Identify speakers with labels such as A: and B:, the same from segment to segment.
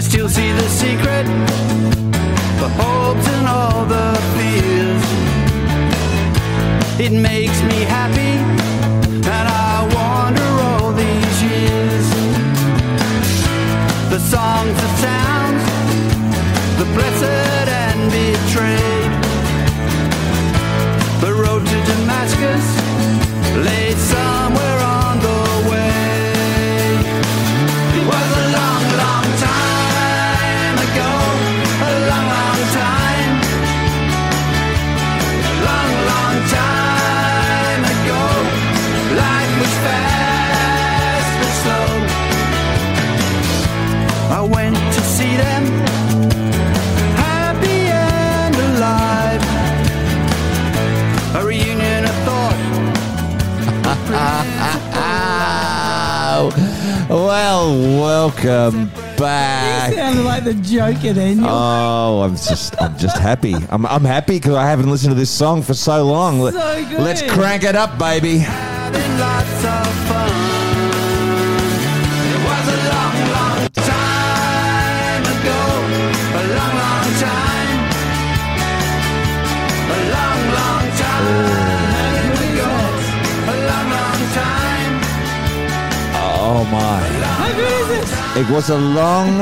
A: still see the secret, the hopes and all the fears. It makes me happy that I wander all these years. The songs, the sounds, the blessed and betrayed. The road to Damascus lay somewhere on the way. It was a long, long time ago. A long, long time. A long, long time ago. Life was fast but slow. I went to see them. Happy and alive. A reunion of thought.
B: Oh, well, welcome
C: You
B: back.
C: sounded like the Joker then. You're
B: Oh, I'm just, I'm just happy. I'm, I'm happy because I haven't listened to this song for so long. Let-
C: So good.
B: Let's crank it up, baby.
A: Having lots of fun. It was a long, long time ago. A long, long time. A long, long time ago. A long, long time.
B: Oh my!
C: How good is this?
B: It was a long,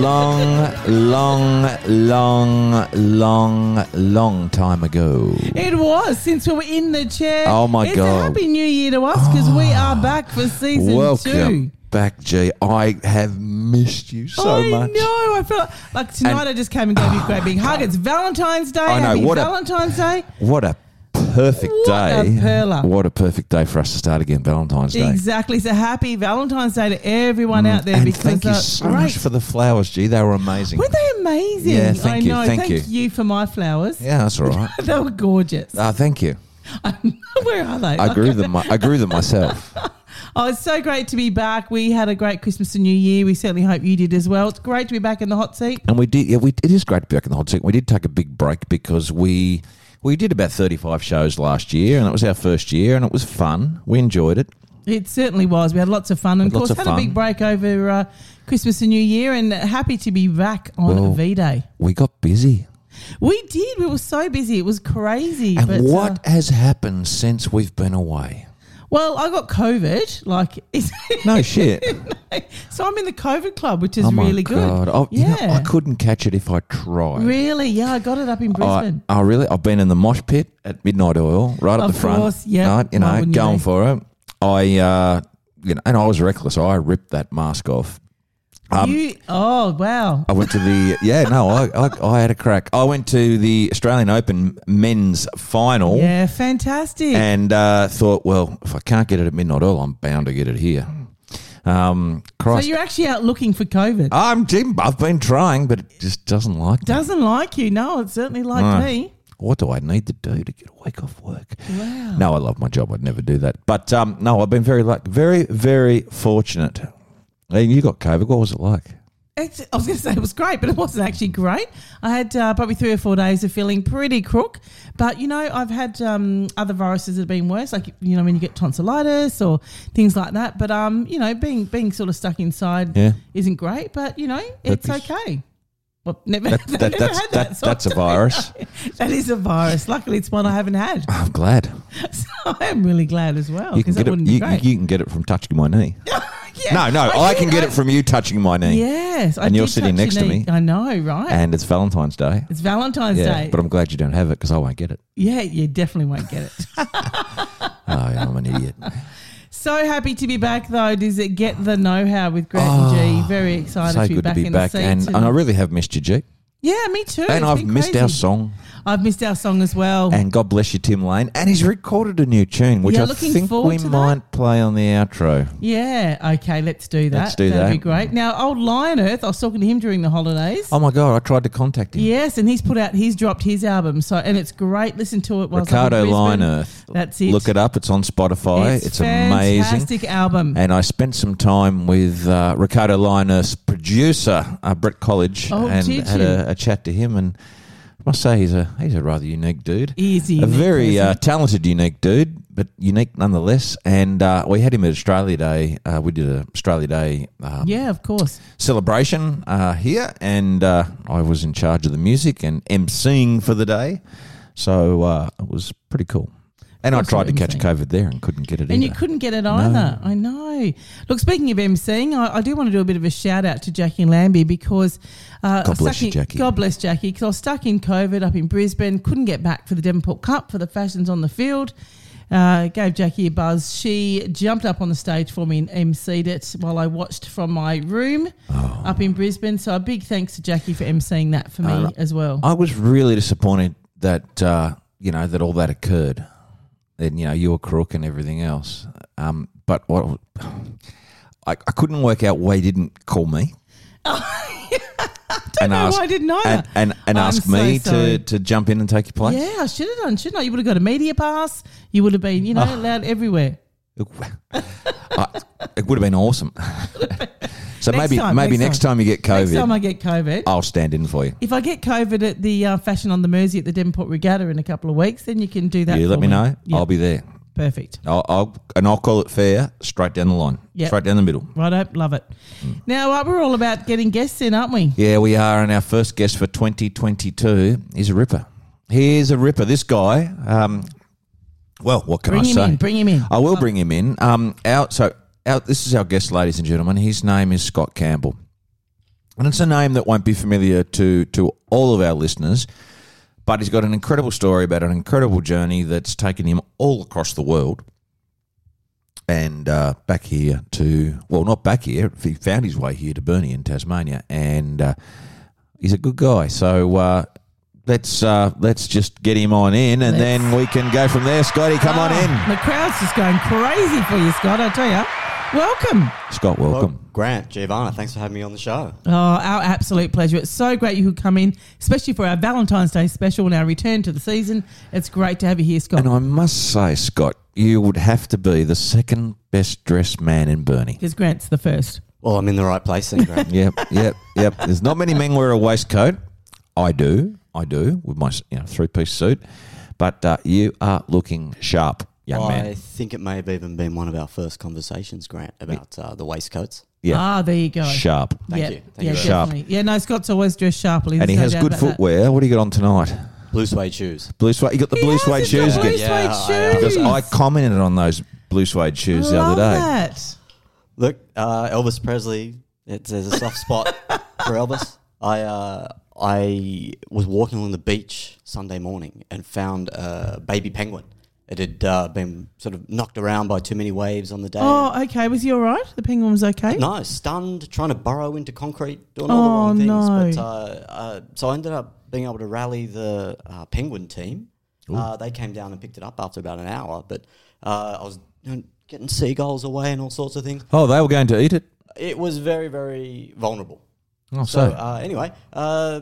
B: long, long, long, long, long time ago.
C: It was since we were in the chair.
B: Oh, my
C: it's
B: God.
C: A happy New Year to us because we are back for season
B: Welcome
C: two.
B: back, G. I have missed you so
C: I
B: much.
C: know. I felt like tonight
B: And-
C: I just came and gave you a great big hug. It's Valentine's Day.
B: I know,
C: Happy
B: what a-
C: Valentine's Day.
B: What a perfect
C: What a
B: day!
C: perler.
B: What a perfect day for us to start again, Valentine's Day. Mm.
C: Exactly. So happy Valentine's Day to everyone out there.
B: And
C: because
B: thank you
C: uh,
B: so
C: great.
B: much for the flowers, G. They were amazing.
C: Weren't they amazing?
B: Yeah, thank
C: I
B: you,
C: know.
B: thank you.
C: for my flowers.
B: Yeah, that's all right.
C: They were gorgeous.
B: Ah, thank you.
C: Where are they?
B: I grew them. I grew them myself.
C: Oh, it's so great to be back. We had a great Christmas and New Year. We certainly hope you did as well. It's great to be back in the hot seat.
B: And we did. Yeah, we it is great to be back in the hot seat. We did take a big break because we we did about thirty five shows last year, and it was our first year, and it was fun. We enjoyed it.
C: It certainly was. We had lots of fun, and of
B: Lots
C: course,
B: of
C: had
B: fun.
C: a big break over uh, Christmas and New Year. And happy to be back on
B: Well-
C: V Day.
B: We got busy.
C: We did. We were so busy. It was crazy.
B: And
C: but,
B: what
C: uh,
B: has happened since we've been away?
C: well, I got COVID. Like,
B: No shit.
C: so I'm in the COVID club, which is
B: oh my
C: really
B: god!
C: good.
B: I, you know,
C: yeah,
B: I couldn't catch it if I tried.
C: really. Yeah, I got it up in
B: I,
C: Brisbane.
B: I really, I've been in the mosh pit at Midnight Oil, right up
C: Of
B: the front.
C: course, yeah.
B: Right, you
C: Why
B: know,
C: wouldn't you
B: going
C: be?
B: for it. I, uh, you know, and I was reckless. I ripped that mask off. Um,
C: you, oh wow.
B: I went to the yeah no I, I I had a crack. I went to the Australian Open men's final
C: Yeah, fantastic.
B: and uh, thought, well, if I can't get it at midnight oil, I'm bound to get it here. Um,
C: so
B: Christ,
C: you're actually out looking for COVID.
B: I'm Jim. I've been trying, but it just doesn't like. me.
C: Doesn't like you. No, it certainly liked me.
B: What do I need to do to get a week off work?
C: Wow.
B: No, I love my job. I'd never do that. But um, no, I've been very luck, very very fortunate. And you got COVID. What was it like?
C: It's, I was going to say it was great, but it wasn't actually great. I had uh, probably three or four days of feeling pretty crook. But, you know, I've had um, other viruses that have been worse, like, you know, when you get tonsillitis or things like that. But, um, you know, being being sort of stuck inside
B: Yeah.
C: isn't great, but, you know, it's
B: Herpes.
C: okay. Well, never,
B: That,
C: never
B: that, that's
C: had that.
B: that,
C: so
B: that's
C: I
B: a
C: don't know.
B: virus.
C: That is a virus. Luckily, it's one I haven't had.
B: I'm glad.
C: So I am really glad as well.
B: you can
C: Oh, 'cause that
B: get it.
C: wouldn't be
B: You,
C: great.
B: you can get it from touching my knee.
C: Yeah.
B: No, no, I, can
C: did-
B: get it from you touching my knee.
C: Yes, I
B: And you're
C: did
B: sitting
C: touch
B: next
C: your
B: to
C: knee.
B: me.
C: I know, right?
B: And it's Valentine's Day.
C: it's Valentine's
B: yeah,
C: Day.
B: but I'm glad you don't have it because I won't get it.
C: yeah, you definitely won't get it.
B: Oh, yeah, I'm an idiot.
C: so happy to be back, though. Does it get the know how with Grant and G? Very excited
B: Oh, so
C: to be
B: good
C: back
B: to be
C: in
B: back,
C: the seat.
B: and, and I really have missed you, G.
C: yeah, me too. It's
B: And I've
C: been
B: missed
C: crazy.
B: our song.
C: I've missed our song as well.
B: And God bless you, Tim Lane. And he's recorded a new tune, which
C: Yeah,
B: I
C: looking
B: think
C: forward
B: we
C: to that.
B: might play on the outro.
C: yeah, okay, let's do that.
B: Let's do
C: That'd
B: that.
C: be great. Now, old Lion Earth, I was talking to him during the holidays.
B: Oh my God, I tried to contact him.
C: Yes, and he's put out, he's dropped his album. So, and it's great. Listen to it. Whilst I'm in
B: Ricardo
C: Brisbane.
B: Line Earth.
C: That's it.
B: Look it up. It's on Spotify. It's, amazing.
C: Fantastic album.
B: And I spent some time with uh, Ricardo Linus' producer, uh, Brett College,
C: Oh,
B: and
C: did
B: had
C: you?
B: a, a chat to him. And must say he's a he's a rather unique dude.
C: Easy.
B: a very uh, talented, unique dude, but unique nonetheless. And uh, we had him at Australia Day. Uh, we did a Australia Day um,
C: yeah, of course.
B: celebration uh, here, and uh, I was in charge of the music and emceeing for the day. So uh, it was pretty cool. And I
C: Awesome
B: tried to catch
C: emceeing.
B: COVID there and couldn't get it
C: And you
B: either.
C: couldn't get it either. I know. Look, speaking of emceeing, I, I do want to do a bit of a shout out to Jackie Lambie because uh, I was
B: bless
C: stuck
B: you,
C: in-
B: Jackie.
C: God bless Jackie because I was stuck in COVID up in Brisbane, couldn't get back for the Devonport Cup for the fashions on the field. Uh, gave Jackie a buzz. She jumped up on the stage for me and emceed it while I watched from my room
B: Oh.
C: up in Brisbane. So a big thanks to Jackie for emceeing that for me
B: Uh,
C: as well.
B: I was really disappointed that uh, you know that all that occurred. And you know you were crook and everything else. Um, but what I, I couldn't work out why he didn't call me. and
C: no,
B: ask
C: I didn't either.
B: and and, and
C: I'm
B: ask
C: so
B: me to,
C: sorry.
B: to jump in and take your place.
C: yeah, I should have done, shouldn't I? You would have got a media pass. You would have been, you know,
B: Oh.
C: allowed everywhere.
B: I- it would have been awesome. so
C: Next
B: maybe
C: time,
B: maybe
C: next
B: next time. you get
C: Next time
B: COVID, Oh.
C: I get COVID,
B: I'll stand in for you.
C: if I get COVID at the uh, Fashion on the Mersey at the Devonport Regatta in a couple of weeks, then you can do that.
B: You let
C: for
B: me know.
C: Yeah,
B: I'll be there.
C: perfect.
B: I'll, I'll and I'll call it fair, straight down the line,
C: Yep.
B: straight down the middle.
C: Righto, love it. Now uh, we're all about getting guests in, aren't we?
B: Hmm. Yeah, we are. And our first guest for 2022 is a ripper. He is a ripper. This guy. Um, well, what can
C: Bring
B: I
C: him
B: say?
C: in. Bring him in.
B: I will bring him in. Um, out. So out. This is our guest, ladies and gentlemen. His name is Scott Campbell, and it's a name that won't be familiar to to all of our listeners. But he's got an incredible story about an incredible journey that's taken him all across the world and uh, back here to well, not back here. He found his way here to Burnie in Tasmania, and uh, he's a good guy. So uh, let's uh, let's just get him on in, and then we can go from there. Scotty, come on in.
C: Ah, The crowd's just going crazy for you, Scott. I tell you. Welcome.
B: Scott,
D: Well,
B: welcome.
D: Grant, Giovanna, thanks for having me on the show.
C: Oh, our absolute pleasure. It's so great you could come in, especially for our Valentine's Day special and our return to the season. It's great to have you here, Scott.
B: And I must say, Scott, you would have to be the second best dressed man in Burnie.
C: Because Grant's the first.
D: Well, I'm in the right place then, Grant.
B: Yep, yep, yep. There's not many men wear a waistcoat. I do, I do, with my you know, three piece suit. But uh, you are looking sharp, young
D: I
B: man.
D: think it may have even been one of our first conversations, Grant, about uh, the waistcoats.
B: Yeah,
C: Ah, there you go.
B: sharp.
D: Thank
C: yeah,
D: you. Thank
C: yeah,
D: you very
B: Sharp.
C: definitely. Yeah, no, Scott's always dressed sharply.
B: And he
C: There's
B: has
C: no doubt
B: good
C: about that.
B: footwear. What do you got on tonight?
D: Blue suede shoes.
B: Blue suede. You got the
C: He
B: blue
C: has
B: suede
C: it,
B: shoes
C: the blue
B: again.
D: Yeah, I- I-
C: suede shoes.
B: Because I commented on those blue suede shoes the
C: Love
B: other day.
C: That.
D: Look, uh, Elvis Presley, it's, there's a soft spot for Elvis. I, uh, I was walking along the beach Sunday morning and found a baby penguin. It had uh, been sort of knocked around by too many waves on the day.
C: Oh, okay. Was he all right? The penguin was okay.
D: No, stunned, trying to burrow into concrete, doing all the wrong
C: Oh,
D: things.
C: no.
D: But, uh, uh, so I ended up being able to rally the uh, Penguin team. Uh, they came down and picked it up after about an hour, but uh, I was you know, getting seagulls away and all sorts of things.
B: Oh, they were going to eat it.
D: It was very, very vulnerable.
B: Oh,
D: So,
B: so,
D: uh, anyway, uh,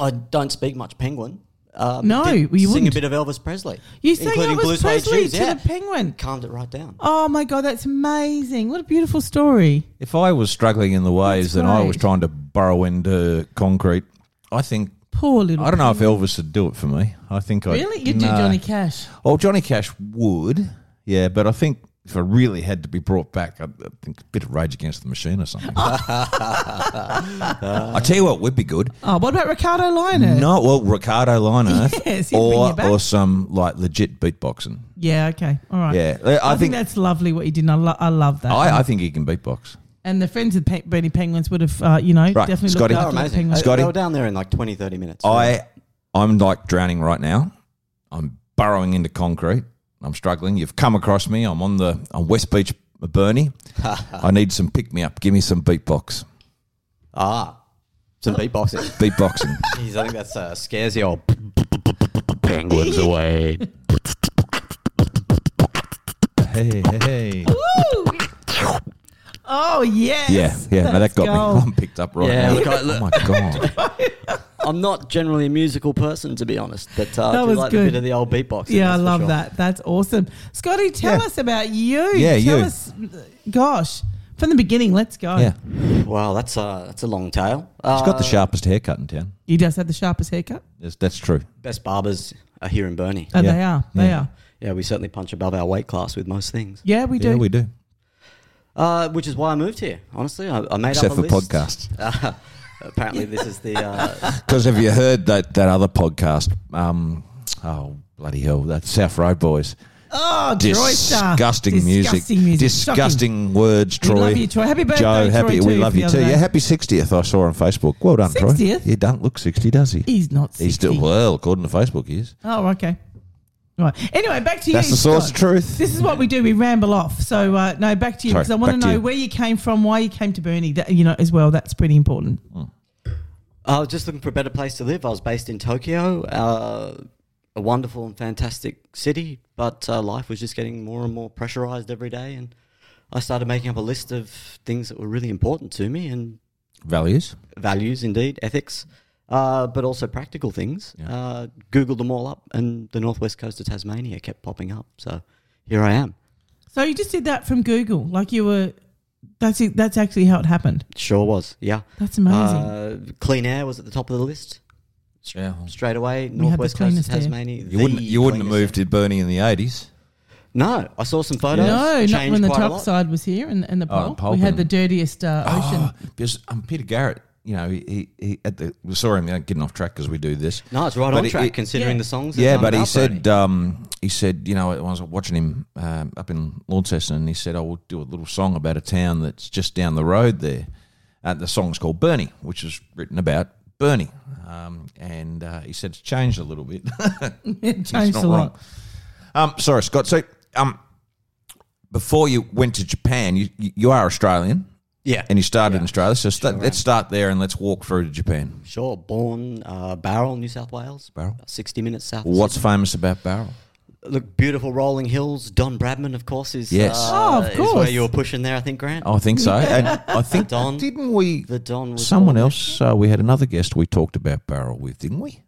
D: I don't speak much Penguin. Uh, but
C: No,
D: did
C: you
D: sing
C: wouldn't.
D: a bit of Elvis Presley,
C: You sang
D: including
C: Elvis
D: Blue Suede
C: Presley
D: Shoes,
C: to
D: yeah.
C: the Penguin.
D: Calmed it right down.
C: Oh my god, that's amazing! What a beautiful story.
B: if I was struggling in the waves
C: That's
B: and I
C: great.
B: was trying to burrow into concrete, I think
C: Poor little.
B: I don't know if Elvis would do it for me. I think I
C: Really, you do Johnny Cash?
B: Well, Johnny Cash would, yeah, but I think if I really had to be brought back, I I think a bit of Rage Against the Machine or something. I tell you what would be good.
C: Oh, what about Ricardo Liner?
B: No, well, Ricardo Linearth
C: Uh, Yes, he'd bring you
B: or
C: back.
B: or some like legit beatboxing.
C: Yeah. Okay. All right.
B: Yeah, I,
C: I, think,
B: think,
C: that's lovely what you did. and I, lo- I love that.
B: I, I think he can beatbox.
C: and the friends of Pe- Bernie Penguins would have, uh, you know, definitely
B: Scotty.
C: looked
D: They were
C: after the
D: amazing.
C: penguins.
D: They-
B: Scotty?
D: They were down there in like 20, 30 minutes.
B: I I'm like drowning right now. I'm burrowing into concrete. I'm struggling. You've come across me. I'm on the on West Beach, Burnie. I need some pick me up. Give me some beatbox,
D: Ah, some beatboxing.
B: beatboxing.
D: Jeez, I think that's uh, scares you all.
E: penguins away.
B: hey, hey, hey.
C: Woo! Oh yes.
B: Yeah, yeah. No, that
C: That's
B: got me.
C: gold.
B: I'm picked up right
D: Yeah,
B: now.
D: look, I-
B: oh my god.
D: I'm not generally a musical person, to be honest, but uh,
C: That
D: I do
C: was
D: like
C: good.
D: a bit of the old beatbox.
C: Yeah, I love that. That's awesome. Scotty, tell
B: Yeah.
C: us about you.
B: Yeah,
C: tell
B: you.
C: us gosh, From the beginning, let's go.
B: Yeah.
D: Wow, that's a that's a long tail. Uh,
B: He's got the sharpest haircut in town.
C: He does have the sharpest haircut.
B: Yes, that's true.
D: best barbers are here in Burnie.
C: And
B: Yeah.
C: they are. They
B: Yeah.
C: are.
D: Yeah, we certainly punch above our weight class with most things.
C: Yeah, we do.
B: Yeah, we do.
D: Uh, which is why I moved here. Honestly, I, I made
B: Except
D: up
B: for
D: a list.
B: podcasts.
D: Uh, apparently, this is the uh,
B: Because have you heard that, that other podcast? Um, oh, bloody hell. That South Road Boys.
C: oh, Troy Star.
B: Disgusting music.
C: Disgusting music. Shocking.
B: Disgusting words, Troy.
C: We love you, Troy. Happy birthday,
B: Joe,
C: Troy,
B: happy.
C: too,
B: we love
C: the
B: you
C: other
B: too.
C: day.
B: Yeah, happy 60th, I saw on Facebook. Well done, Troy.
C: 60th?
B: He don't look 60, does he?
C: He's not. 60.
B: He's still, well, according to Facebook, he is.
C: Oh, okay. Right. Anyway, back to you.
B: That's the source of
C: Scott.
B: truth.
C: This is what we do. We ramble off. So uh, no, back to you
B: Sorry,
C: because I want to
B: back to
C: know
B: you.
C: where you came from, why you came to Burnie. That, you know, as well. That's pretty important.
D: I was just looking for a better place to live. I was based in Tokyo, uh, a wonderful and fantastic city, but uh, life was just getting more and more pressurized every day. And I started making up a list of things that were really important to me and
B: Values.
D: values, indeed, ethics, uh, but also practical things. Uh, Googled them all up, and the northwest coast of Tasmania kept popping up. So here I am.
C: So you just did that from Google, like you were. That's it, that's actually how it happened.
D: Sure was, yeah.
C: That's amazing.
D: Uh, clean air was at the top of the list
B: Yeah.
D: straight away.
C: the
D: Northwest coast of
C: cleanest air.
D: Tasmania.
B: You wouldn't,
D: the
B: you wouldn't have
D: cleanest air.
B: moved to Burnie in the 80s.
D: No, I saw some photos.
C: no,
D: It
C: not
D: changed
C: when the
D: quite a
C: top
D: lot.
C: side was here and, and the
B: Oh,
C: pole.
B: pole
C: we had the
B: button.
C: dirtiest uh, ocean.
B: Oh, because um, Peter Garrett, you know, he, he, he at the, we saw him you know, getting off track because we do this.
D: No, it's right
B: But
D: on
B: it-
D: track
B: it-
D: considering
C: yeah.
D: the songs. that
B: Yeah,
D: come
B: but he
D: out,
B: said
D: Bernie.
B: um, he said you know I was watching him um, up in Launceston and he said I will do a little song about a town that's just down the road there. Uh, the song's called Bernie, which is written about Bernie, um, and uh, he said it's changed a little bit.
C: it
B: It's
C: changed
B: not
C: a lot.
B: wrong. Um, sorry, Scott. So um, before you went to Japan, you you you are Australian
D: "Yeah,
B: and you started in Australia. So sta- let's start there and let's walk through to Japan.
D: sure." Born uh, Barrel, New South Wales.
B: Barrel.
D: About sixty minutes south. of
B: What's
D: Sydney.
B: famous about Barrel?
D: look beautiful rolling hills? Don Bradman, of course, is
B: Yes. Oh.
D: uh,
C: Oh, of
D: is
C: course.
D: where you were pushing there. I think Grant.
B: I think so. And I think
D: Don.
B: didn't we?
D: The Don. Was
B: Someone
D: born-
B: else. Uh, we had another guest we talked about Barrel with, didn't we?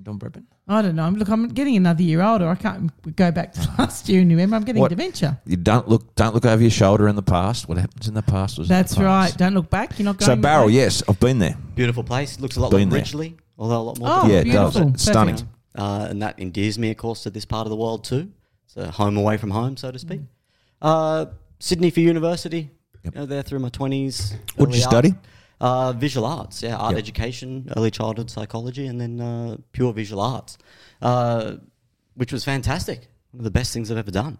B: Don Bradman.
C: I don't know. Look, I'm getting another year older. I can't go back to last year and remember. I'm getting
B: What?
C: dementia.
B: You don't look. Don't look over your shoulder in the past. What happens in the past was. in the
C: That's
B: past.
C: right. Don't look back. You're not going.
B: So Barrel,
C: back.
B: yes, I've been there.
D: Beautiful place. Looks a lot
B: Been
D: like
B: there.
D: Ridgely, although a lot more.
C: Oh,
B: yeah, it does.
C: beautiful.
B: It's stunning.
C: Perfect.
D: uh, and that endears me, of course, to this part of the world too. It's a home away from home, so to speak.
B: Mm.
D: Uh, Sydney for university. You know, there through my twenties.
B: What did you study?
D: Uh, visual arts, yeah, art
B: Yep.
D: education, early childhood psychology, and then uh, pure visual arts, uh, which was fantastic. One of the best things I've ever done.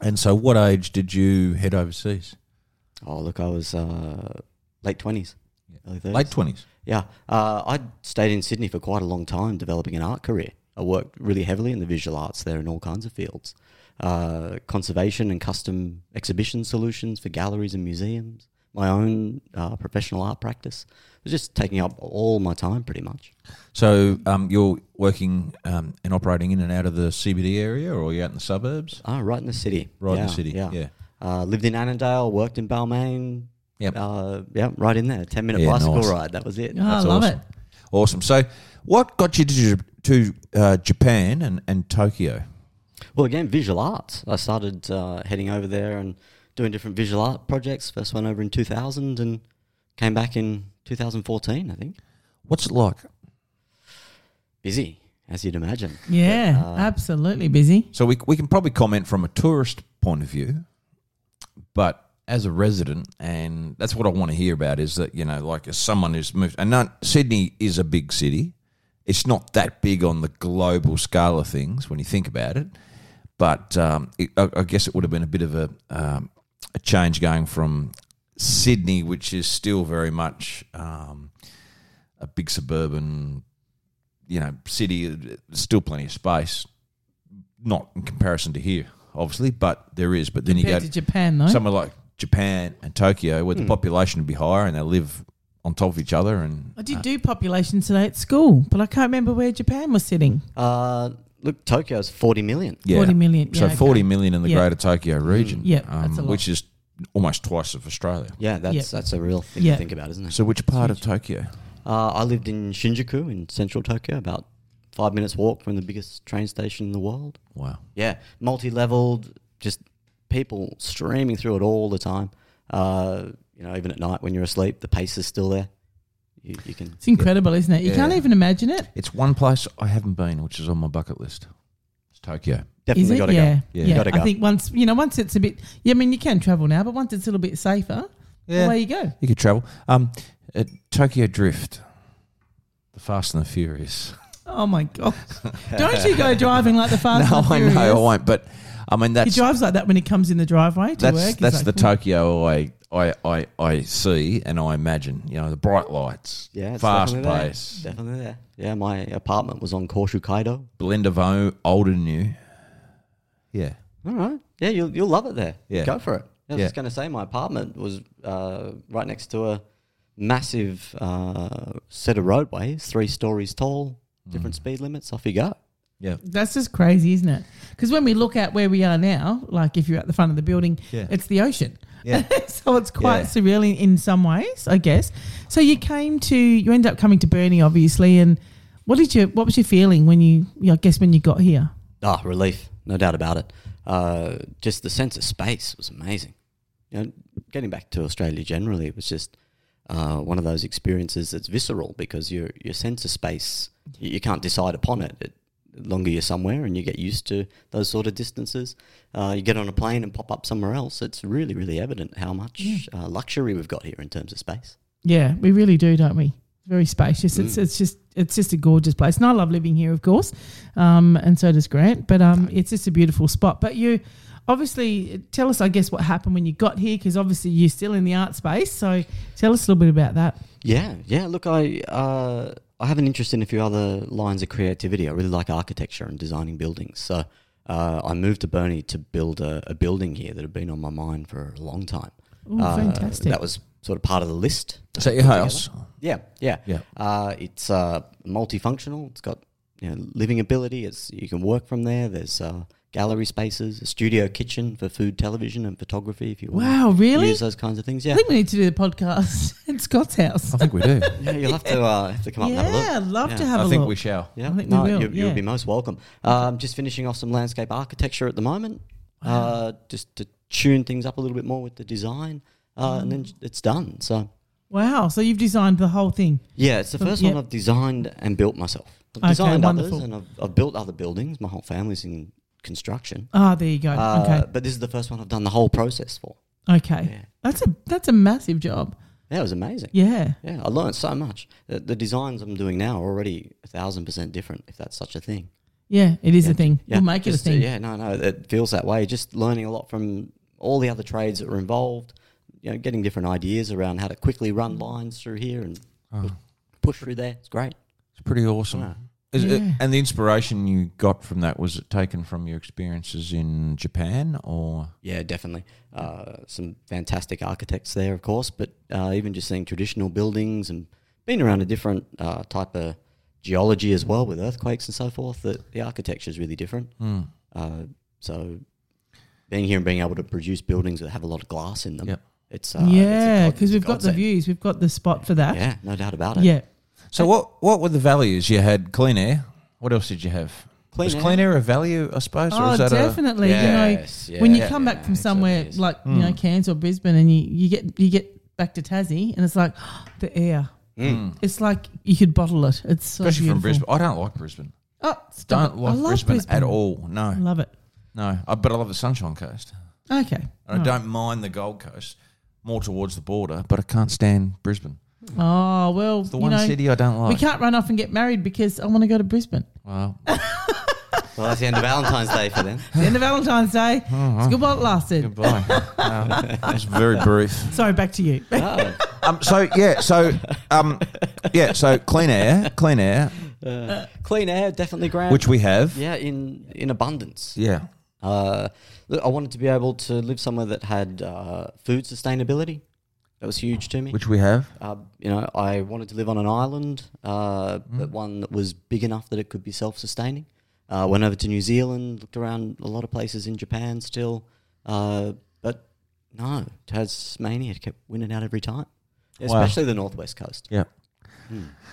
B: And so, what age did you head overseas?
D: Oh, look, I was uh, late twenties, early thirties.
B: Late twenties.
D: Yeah, uh, I stayed in Sydney for quite a long time developing an art career. I worked really heavily in the visual arts there in all kinds of fields uh, conservation and custom exhibition solutions for galleries and museums, my own uh, professional art practice. It was just taking up all my time pretty much.
B: So um, you're working um, and operating in and out of the CBD area, or you're out in the suburbs?
D: Ah, right in the city.
B: Right in the city, yeah.
D: Uh, lived in Annandale, worked in Balmain.
B: Yep.
D: Uh, yeah, right in there. 10 minute
B: Yeah,
D: bicycle
B: nice.
D: ride. That was it.
C: Oh, I love
B: awesome.
C: it.
B: Awesome. So, what got you to, to uh, Japan and, and Tokyo?
D: Well, again, visual arts. I started uh, heading over there and doing different visual art projects. First one over in 2000 and came back in 2014, I think.
B: What's it like?
D: Busy, as you'd imagine.
C: Yeah,
B: uh,
C: absolutely busy.
B: So we, we can probably comment from a tourist point of view, but as a resident, and that's what I want to hear about is that you know, like as someone who's moved, and not, Sydney is a big city. It's not that big on the global scale of things when you think about it, but um, it, I, I guess it would have been a bit of a um, a change going from Sydney, which is still very much um, a big suburban, you know, city, still plenty of space, not in comparison to here, obviously, but there is. But then you go
C: Compared to Japan, though.
B: somewhere like Japan and Tokyo,
C: Hmm.
B: where the population would be higher and they live on top of each other, and uh,
C: I did do population today at school, but I can't remember where Japan was sitting.
D: Uh, look, Tokyo's 40 million.
B: yeah,
C: 40 million.
B: So
C: Yeah, okay.
B: forty million in the
C: Yeah. Hmm.
B: Greater Tokyo region, um,
C: Yeah, that's a lot.
B: which is almost twice of Australia.
D: Yeah, that's
C: Yep.
D: that's a real thing
C: Yeah.
D: to think about, isn't it?
B: So, which part of Tokyo?
D: Uh, I lived in Shinjuku in central Tokyo, about five minutes walk from the biggest train station in the world.
B: Wow.
D: Yeah, multi-leveled, just people streaming through it all the time. Uh, you know, even at night when you're asleep, the pace is still there. You, you can.
C: It's incredible, isn't it? You
B: Yeah.
C: can't even imagine it.
B: It's one place I haven't been, which is on my bucket list. It's Tokyo.
C: Is
D: Definitely
C: it?
D: got to
C: yeah.
D: go.
B: Yeah.
C: yeah.
D: Gotta
C: I
D: go.
C: think once you know, once it's a bit. Yeah, I mean, you can travel now, but once it's a little bit safer, away you go.
B: You could travel. Um, at Tokyo Drift, the Fast and the Furious.
C: Oh my god! Don't you go driving like the fast.
B: no,
C: and the
B: I
C: Furious.
B: know I won't, but I mean
C: He
B: that's
C: drives like that when he comes in the driveway to
B: that's
C: work. He's
B: that's
C: like,
B: the
C: "Hmm."
B: Tokyo I, I I I see and I imagine. You know the bright lights,
D: Yeah, it's
B: fast
D: definitely there.
B: pace.
D: Definitely there. Yeah, my apartment was on Korshu Kaido.
B: Blend of o, old and new. Yeah,
D: All right. Yeah, you'll, you'll love it there.
B: Yeah.
D: Go for it. I was
B: Yeah.
D: just going to say my apartment was uh, right next to a massive uh, set of roadways, three stories tall, different
B: Mm.
D: speed limits. Off you go.
B: yeah.
C: That's just crazy, isn't it? Because when we look at where we are now, like if you're at the front of the building,
B: Yeah.
C: it's the ocean.
B: Yeah.
C: so it's quite
B: Yeah.
C: surreal in, in some ways, I guess. So you came to, you end up coming to Burnie, obviously. And what did you, what was your feeling when you, I guess, when you got here?
D: Ah, relief, no doubt about it. Uh, just the sense of space was amazing. You know, getting back to Australia generally, it was just uh, one of those experiences that's visceral because your your sense of space you, you can't decide upon it. it. The longer you're somewhere and you get used to those sort of distances, uh, you get on a plane and pop up somewhere else. It's really, really evident how much uh, luxury we've got here in terms of space.
C: Yeah, we really do, don't we? Very spacious. It's
D: Mm.
C: it's just it's just a gorgeous place, and I love living here, of course, um, and so does Grant. But um, it's just a beautiful spot. But you, obviously, tell us, I guess, what happened when you got here, because obviously you're still in the art space. So tell us a little bit about that.
D: Yeah, yeah. Look, I uh, I have an interest in a few other lines of creativity. I really like architecture and designing buildings. So uh, I moved to Burnie to build a, a building here that had been on my mind for a long time.
C: Ooh,
D: Uh,
C: fantastic.
D: That was sort of part of the list.
B: Is that your house?
D: Yeah, yeah,
B: Yeah.
D: Uh, it's uh, multifunctional. It's got you know, living ability. It's you can work from there. There's uh, gallery spaces, a studio kitchen for food, television, and photography. If you want
C: wow, really?
D: use those kinds of things, yeah,
C: I think we need to do the podcast at Scott's house.
B: I think we do.
D: yeah, you'll have to uh, have to come up and have a look.
C: Yeah, I'd love to
D: Yeah.
C: have a
B: I think
C: look.
B: we shall.
D: Yeah,
C: I think we
D: no,
C: will,
D: You, you
C: yeah.
D: would be most welcome. Um, just finishing off some landscape architecture at the moment, uh, just to tune things up a little bit more with the design, uh, and
C: Mm.
D: then it's done. So
C: wow, so you've designed the whole thing.
D: yeah, it's the
C: Um,
D: first
C: yeah.
D: one I've designed and built myself. I've
C: Okay,
D: designed others
C: wonderful.
D: and I've, I've built other buildings. My whole family's in construction.
C: Ah, there you go.
D: Uh,
C: okay,
D: But this is the first one I've done the whole process for.
C: okay,
D: yeah.
C: that's a that's a massive job.
D: Yeah, it was amazing.
C: Yeah.
D: Yeah, I learned so much. The, the designs I'm doing now are already a thousand percent different, if that's such a thing.
C: Yeah, it is
D: Yeah,
C: a thing.
D: yeah,
C: We'll make it a
D: just, uh,
C: thing.
D: yeah, no, no, it feels that way. Just learning a lot from all the other trades that were involved. You know, getting different ideas around how to quickly run lines through here and
C: Uh-huh.
B: Oh.
D: push through there. It's great. Uh,
B: It's pretty awesome.
D: Yeah.
B: Is it-
C: Yeah.
B: and the inspiration you got from that was it taken from your experiences in Japan or
D: Yeah, definitely. Uh, some fantastic architects there, of course, but uh, even just seeing traditional buildings and being around a different uh, type of geology as well, with earthquakes and so forth, that the architecture is really different.
C: Hmm.
D: Uh, so, being here and being able to produce buildings that have a lot of glass in them,
B: Yep.
D: it's uh,
C: Yeah,
D: it's a god-
C: because
D: it's a
C: we've got the
D: godsend.
C: views, we've got the spot for that.
D: Yeah, no doubt about it.
C: Yeah.
B: So what what were the values you had? Clean air. What else did you have?
D: Clean
B: was
D: air.
B: clean air a value? I suppose. or
C: Oh,
B: is that
C: definitely.
D: Yes,
C: you know, when you
D: yeah,
C: come
D: yeah,
C: back from
D: it certainly
C: somewhere
D: is.
C: like
B: Hmm.
C: you know Cairns or Brisbane, and you, you get you get back to Tassie, and it's like the air.
D: Hmm.
C: It's like you could bottle it. It's
B: A,
C: so
B: especially from
C: beautiful.
B: Brisbane. I don't like Brisbane.
C: Oh, stop
B: Don't
C: it.
B: like
C: I love
B: Brisbane, at all.
C: I
B: No,
C: love it.
B: no. I, but I love the Sunshine Coast.
C: Okay.
B: And I don't mind the Gold Coast, more towards the border. But I can't stand Brisbane.
C: Oh well,
B: The
C: you
B: one
C: know,
B: city I don't
C: we
B: like.
C: can't run off and get married because I want to go to Brisbane.
B: Well,
D: Well, that's the end of Valentine's Day for them.
C: It's the end of Valentine's Day. It's good while it lasted.
B: goodbye. um, it was very brief.
C: Sorry, back to you.
D: Oh,
B: Um, so yeah, so um, yeah, so clean air, clean air,
D: Uh, clean air, definitely grand.
B: which we have.
D: yeah, in in abundance.
B: Yeah.
D: Uh, look, I wanted to be able to live somewhere that had uh, food sustainability. That was huge to me.
B: which we have.
D: Uh, you know, I wanted to live on an island, uh,
B: Mm-hmm.
D: but one that was big enough that it could be self-sustaining. Uh, went over to New Zealand, looked around a lot of places in Japan still, uh, but no, Tasmania kept winning out every time,
B: Wow.
D: especially the northwest coast. Hmm.
B: Yeah.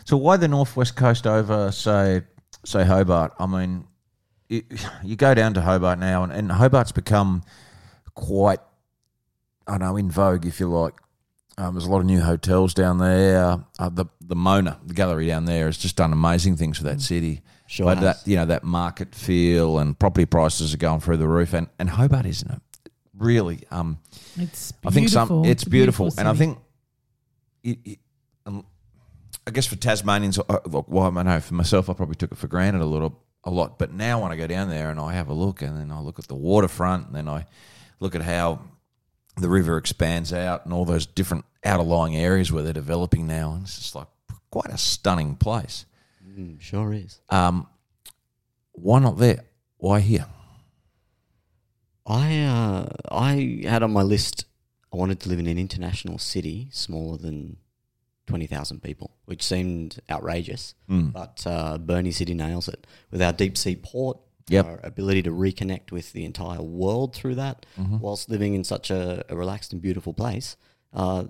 B: So why the northwest coast over, say, say Hobart? I mean, you, you go down to Hobart now, and, and Hobart's become quite, I don't know, in vogue, if you like. Um, there's a lot of new hotels down there. Uh, the the Mona, the gallery down there, has just done amazing things for that city.
D: Sure
B: but
D: has.
B: that you know that market feel and property prices are going through the roof, and and Hobart isn't it? Really, um,
C: It's beautiful.
B: I think some it's
C: a
B: beautiful, and I
C: city.
B: think it, it, um, I guess for Tasmanians, uh, look, well, I know for myself, I probably took it for granted a little, a lot. But now when I go down there and I have a look, and then I look at the waterfront, and then I look at how the river expands out and all those different outer lying areas where they're developing now, and it's just like quite a stunning place.
D: Mm, sure is.
B: Um, why not there? Why here?
D: I uh, I had on my list I wanted to live in an international city smaller than twenty thousand people, which seemed outrageous.
B: Hmm.
D: But uh, Bernie City nails it with our deep sea port,
B: Yep.
D: our ability to reconnect with the entire world through that,
B: Mm-hmm.
D: whilst living in such a, a relaxed and beautiful place. Uh,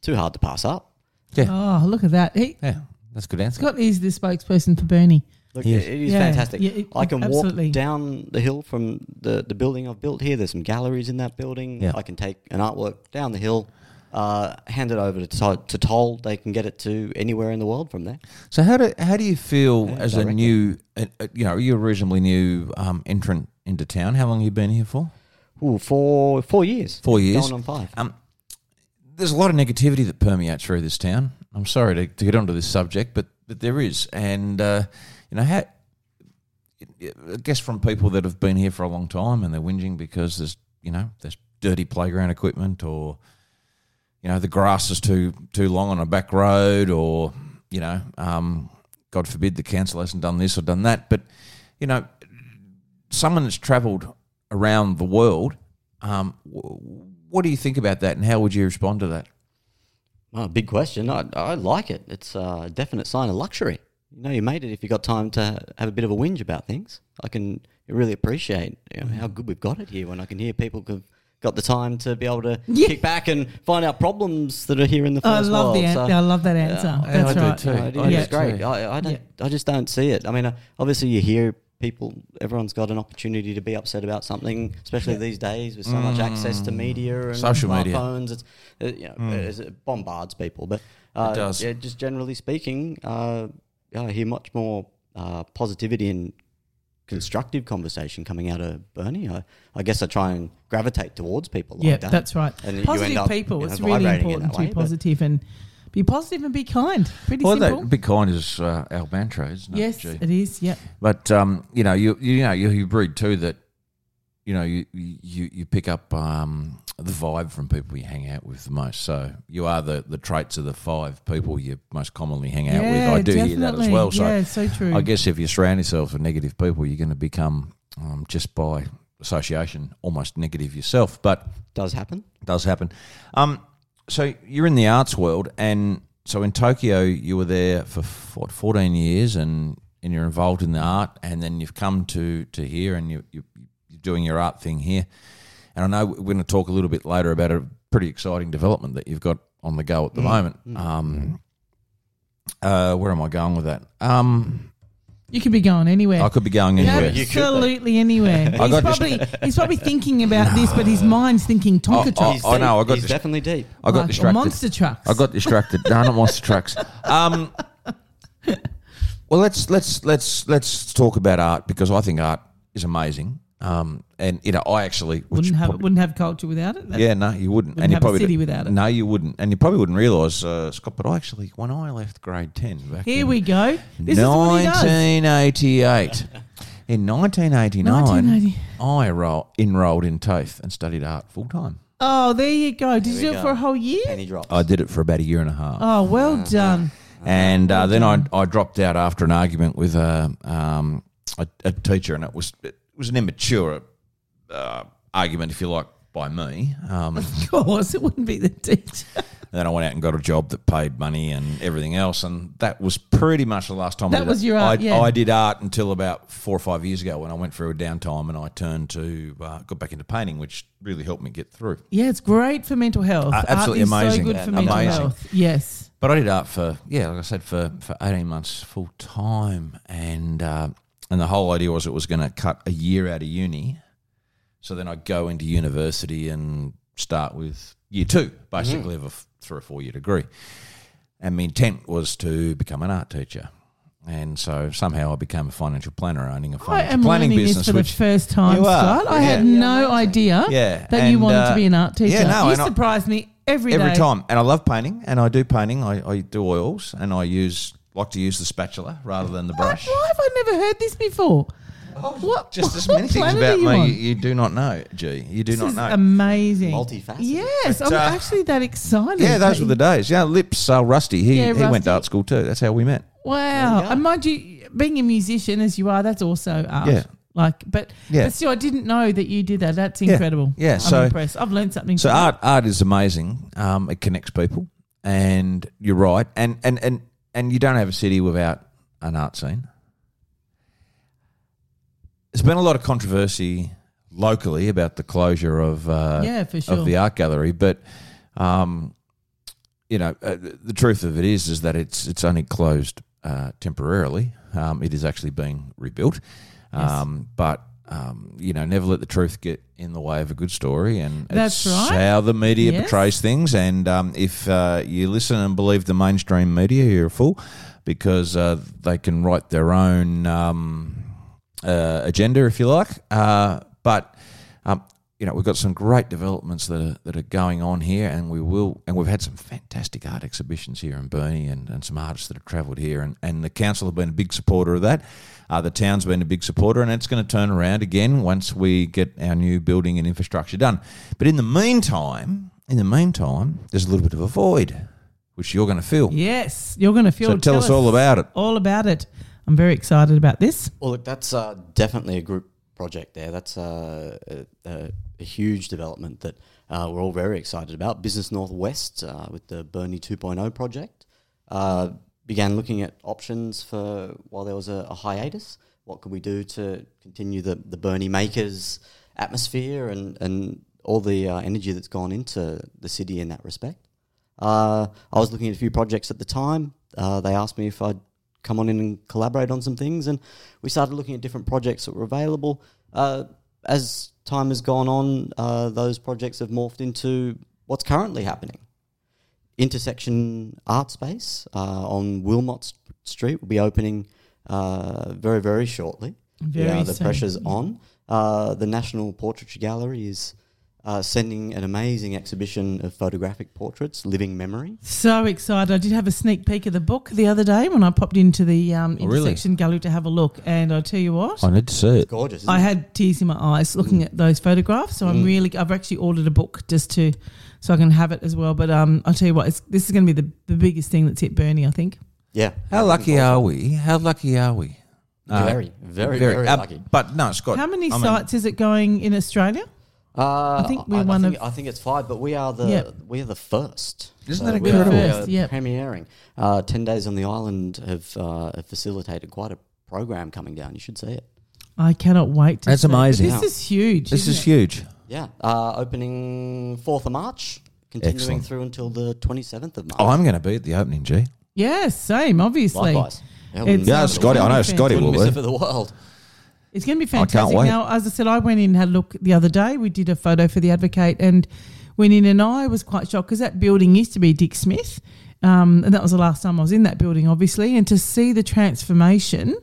D: too hard to pass up.
C: Oh, look at that. He,
B: Yeah, that's a good answer.
C: Scott is the spokesperson for Bernie.
D: Look,
B: Yes.
D: it is
C: Yeah,
D: fantastic.
C: yeah, it-
D: I can
C: absolutely.
D: walk down the hill from the, the building I've built here. There's some galleries in that building.
B: Yeah.
D: I can take an artwork down the hill, uh, hand it over to, to, to Toll. They can get it to anywhere in the world from there.
B: So how do how do you feel
D: Yeah,
B: as a
D: directly.
B: new, uh, uh, you know, you're a reasonably new um, entrant into town? How long have you been here for?
D: Ooh, for four years.
B: Four years.
D: Going on five.
B: Um, there's a lot of negativity that permeates through this town. I'm sorry to, to get onto this subject, but but there is, and uh, you know, how, I guess from people that have been here for a long time and they're whinging because there's you know there's dirty playground equipment or you know the grass is too too long on a back road or you know um, God forbid the council hasn't done this or done that, but you know someone that's travelled around the world, um, w- what do you think about that, and how would you respond to that?
D: Oh, big question. I, I like it. It's a definite sign of luxury. You know, you made it if you got time to have a bit of a whinge about things. I can really appreciate you know, how good we've got it here when I can hear people have got the time to be able to
C: Yeah.
D: kick back and find out problems that are here in the
C: Oh, I
D: first
C: love
D: world.
C: the answer.
D: So,
C: I love that answer.
B: Yeah,
C: That's
B: I do
C: right.
B: too.
D: no, it
B: I
D: is
B: do
D: great.
B: too.
D: I, I don't.
C: Yeah.
D: I just don't see it. I mean, uh, obviously you hear people. Everyone's got an opportunity to be upset about something, especially these days with so much access to media and
B: Mm. Social media. Mm.
D: smartphones. It's uh, you know it's- it bombards people, but uh,
B: It does.
D: Yeah, just generally speaking, uh, I hear much more uh, positivity and constructive conversation coming out of Bernie. I, I guess I try and gravitate towards people
C: Yeah,
D: like that.
C: that's right.
D: And you end
C: positive
D: up,
C: people.
D: you know,
C: it's really
D: vibrating in
C: important
D: that
C: to
D: way,
C: be
D: but-
C: positive and be positive and be kind. Pretty
B: Well,
C: simple.
B: that be kind is uh, our mantra, isn't it?
C: yes,
B: Gee.
C: it is. Yep.
B: But um, you know, you you know, you, you breed too that you know you you you pick up um, the vibe from people you hang out with the most. So you are the the traits of the five people you most commonly hang out
C: yeah,
B: with. I do
C: definitely.
B: hear that as well. So
C: yeah, so true.
B: I guess if you surround yourself with negative people, you're going to become um, just by association almost negative yourself. But
D: Does happen.
B: does happen. Um, so you're in the arts world, and so in Tokyo, you were there for f- what 14 years, and and you're involved in the art, and then you've come to to here, and you, you you're doing your art thing here. And I know we're going to talk a little bit later about a pretty exciting development that you've got on the go at the
D: Mm.
B: moment. Um, uh, where am I going with that? Um,
C: you could be going anywhere.
B: I could be going
C: Yeah,
B: anywhere.
D: You could be.
C: Absolutely anywhere.
B: I
C: He's
B: got this-
C: probably he's probably thinking about this, but his mind's thinking Tonka
B: Oh,
C: truck,
B: oh, I know. I got
D: He's
B: this.
D: definitely deep.
B: I got
C: like, or
B: distracted.
C: monster trucks.
B: I got distracted. no, not monster trucks. Um, well, let's let's let's let's talk about art because I think art is amazing. Um, and you know, I actually which
C: wouldn't have
B: probably-
C: wouldn't have culture without it. That-
B: yeah, no, you wouldn't,
C: Wouldn't
B: you
C: have a city without it.
B: No, you wouldn't, and you probably wouldn't realise, uh, Scott. But I actually, when I left grade ten back
C: Here
B: in
C: we go. This is what he does.
B: 1988. In 1989,
C: 1980.
B: I ro- enrolled in TAFE and studied art full time.
C: Oh, there you go. Did you
D: we
C: do it
D: go.
C: for a whole year?
D: Penny drops.
B: I did it for about a year and a half.
C: Oh, well done.
B: And uh, then I, I dropped out after an argument with a, um, a, a teacher, and it was it was an immature uh, argument, if you like, by me. Um, and
C: Of course, it wouldn't be the teacher.
B: then I went out and got a job that paid money and everything else, and that was pretty much the last time.
C: That
B: I did
C: was
B: it.
C: your art,
B: I,
C: yeah.
B: I did art until about four or five years ago when I went through a downtime and I turned to uh, got back into painting, which really helped me get through.
C: Yeah, it's great for mental health.
B: Uh, absolutely
C: Art is
B: amazing.
C: So good
B: Yeah,
C: for mental
B: amazing.
C: health. Yes.
B: But I did art for yeah, like I said, for for eighteen months full time, and uh, and the whole idea was it was going to cut a year out of uni, So then I go into university and start with year two, basically
C: Mm-hmm.
B: of a f- three or four year degree. And my intent was to become an art teacher. And so somehow I became a financial planner owning a
C: I
B: financial
C: am
B: planning
C: learning
B: business,
C: this for the
B: which
C: first time,
B: You are,
C: Scott. I had
B: yeah.
C: no idea
B: Yeah,
C: that you
B: and,
C: wanted
B: uh,
C: to be an art teacher.
B: yeah, no,
C: you
B: and I-
C: surprise me every day.
B: every time. And I love painting and I do painting. I, I do oils and I use like to use the spatula rather than the
C: Why,
B: brush.
C: why have I never heard this before? what?
B: Oh, Just as
C: what
B: many things
C: planet are
B: about
C: you
B: me you,
C: on?
B: you do not know, G. You do
C: This
B: not
C: is
B: know.
C: amazing.
D: Multifaceted.
C: Yes,
B: But,
C: I'm
B: uh,
C: actually that excited.
B: yeah, those
C: that
B: were
C: you-
B: the days. Yeah, Lips uh, Rusty. He,
C: Yeah,
B: he went
C: Rusty.
B: to art school too. That's how we met.
C: Wow.
D: go.
C: And mind you, being a musician as you are, that's also art.
B: Yeah.
C: Like, but,
B: Yeah.
C: but still, I didn't know that you did that. That's incredible.
B: Yeah,
C: I'm
B: so-
C: impressed. I've learned something.
B: So
C: today.
B: art art is amazing. Um, it connects people, and you're right. And and and and you don't have a city without an art scene. There's been a lot of controversy locally about the closure of uh,
C: Yeah, for sure.
B: of the art gallery, but um, you know uh, the the truth of it is is that it's it's only closed uh, temporarily. Um, it is actually being rebuilt, um, but um, you know never let the truth get in the way of a good story, and
C: That's
B: it's
C: right.
B: how the media
C: Yes.
B: portrays things. And um, if uh, you listen and believe the mainstream media, you're a fool because uh, they can write their own um, uh, agenda, if you like. Uh, but um, you know, we've got some great developments that are, that are going on here, and we will, and we've had some fantastic art exhibitions here in Burnie, and, and some artists that have travelled here, and, and the council have been a big supporter of that. Uh, the town's been a big supporter, and it's going to turn around again once we get our new building and infrastructure done. But in the meantime, in the meantime, there's a little bit of a void, which you're going to fill.
C: Yes, you're going to feel.
B: So tell us all about it.
C: All about it. I'm very excited about this.
D: Well, look, that's uh, definitely a group project there. That's uh, a, a, a huge development that uh, we're all very excited about. Business Northwest uh, with the Bernie 2.0 project uh, began looking at options for while there was a, a hiatus. What could we do to continue the, the Bernie makers atmosphere and, and all the uh, energy that's gone into the city in that respect? Uh, I was looking at a few projects at the time. Uh, they asked me if I'd come on in and collaborate on some things, and we started looking at different projects that were available. Uh, as time has gone on, uh, those projects have morphed into what's currently happening. Intersection Art Space uh, on Wilmot S- Street will be opening uh, very, very shortly.
C: Very
D: yeah, the
C: soon,
D: pressure's
C: yeah.
D: on. Uh, the National Portraiture Gallery is uh, sending an amazing exhibition of photographic portraits, Living Memory.
C: So excited! I did have a sneak peek of the book the other day when I popped into the um,
B: Oh, really?
C: intersection gallery to have a look, and I tell you what,
B: I need to see it.
D: Gorgeous. Isn't
C: I
D: it?
C: had tears in my eyes looking
B: Mm.
C: at those photographs. So I'm really, I've actually ordered a book just to, so I can have it as well. But um, I'll tell you what, it's, this is going to be the, the biggest thing that's hit Bernie, I think.
D: yeah.
B: How lucky are we? How lucky are we? Uh,
D: Very, very, very,
B: uh,
D: lucky.
B: But no, Scott.
C: How many
B: I mean-
C: sites is it going in Australia?
D: Uh,
C: I think we're
D: I,
C: one
D: think,
C: of-
D: I think it's five, but we are the
C: Yeah.
D: we are the first.
B: Isn't that
D: we
B: incredible?
D: are- we
C: First,
D: are
C: yeah.
D: Premiering. Uh, Ten days on the island have, uh, have facilitated quite a program coming down. You should see it.
C: I cannot wait. to
B: That's
C: see. But
B: amazing.
C: This is huge.
B: This
C: isn't
B: is
C: it?
B: huge.
D: Yeah, uh, opening fourth of March, continuing
B: Excellent.
D: through until the twenty seventh of March.
B: Oh, I'm going to be at the opening, G.
C: Yeah, same, obviously.
D: Likewise. Yeah,
C: It's-
D: wouldn't-
C: Yeah,
B: Yeah,
C: Um,
B: Scotty. I know
C: it's gonna
B: Scotty
C: be
B: will
D: wouldn't miss it
B: be.
D: for the world.
C: It's going to be
B: can't
C: fantastic.
B: wait.
C: Now, as I said, I went in and had a look the other day. We did a photo for the Advocate and went in, and I was quite shocked because that building used to be Dick Smith. Um, and that was the last time I was in that building, obviously. And to see the transformation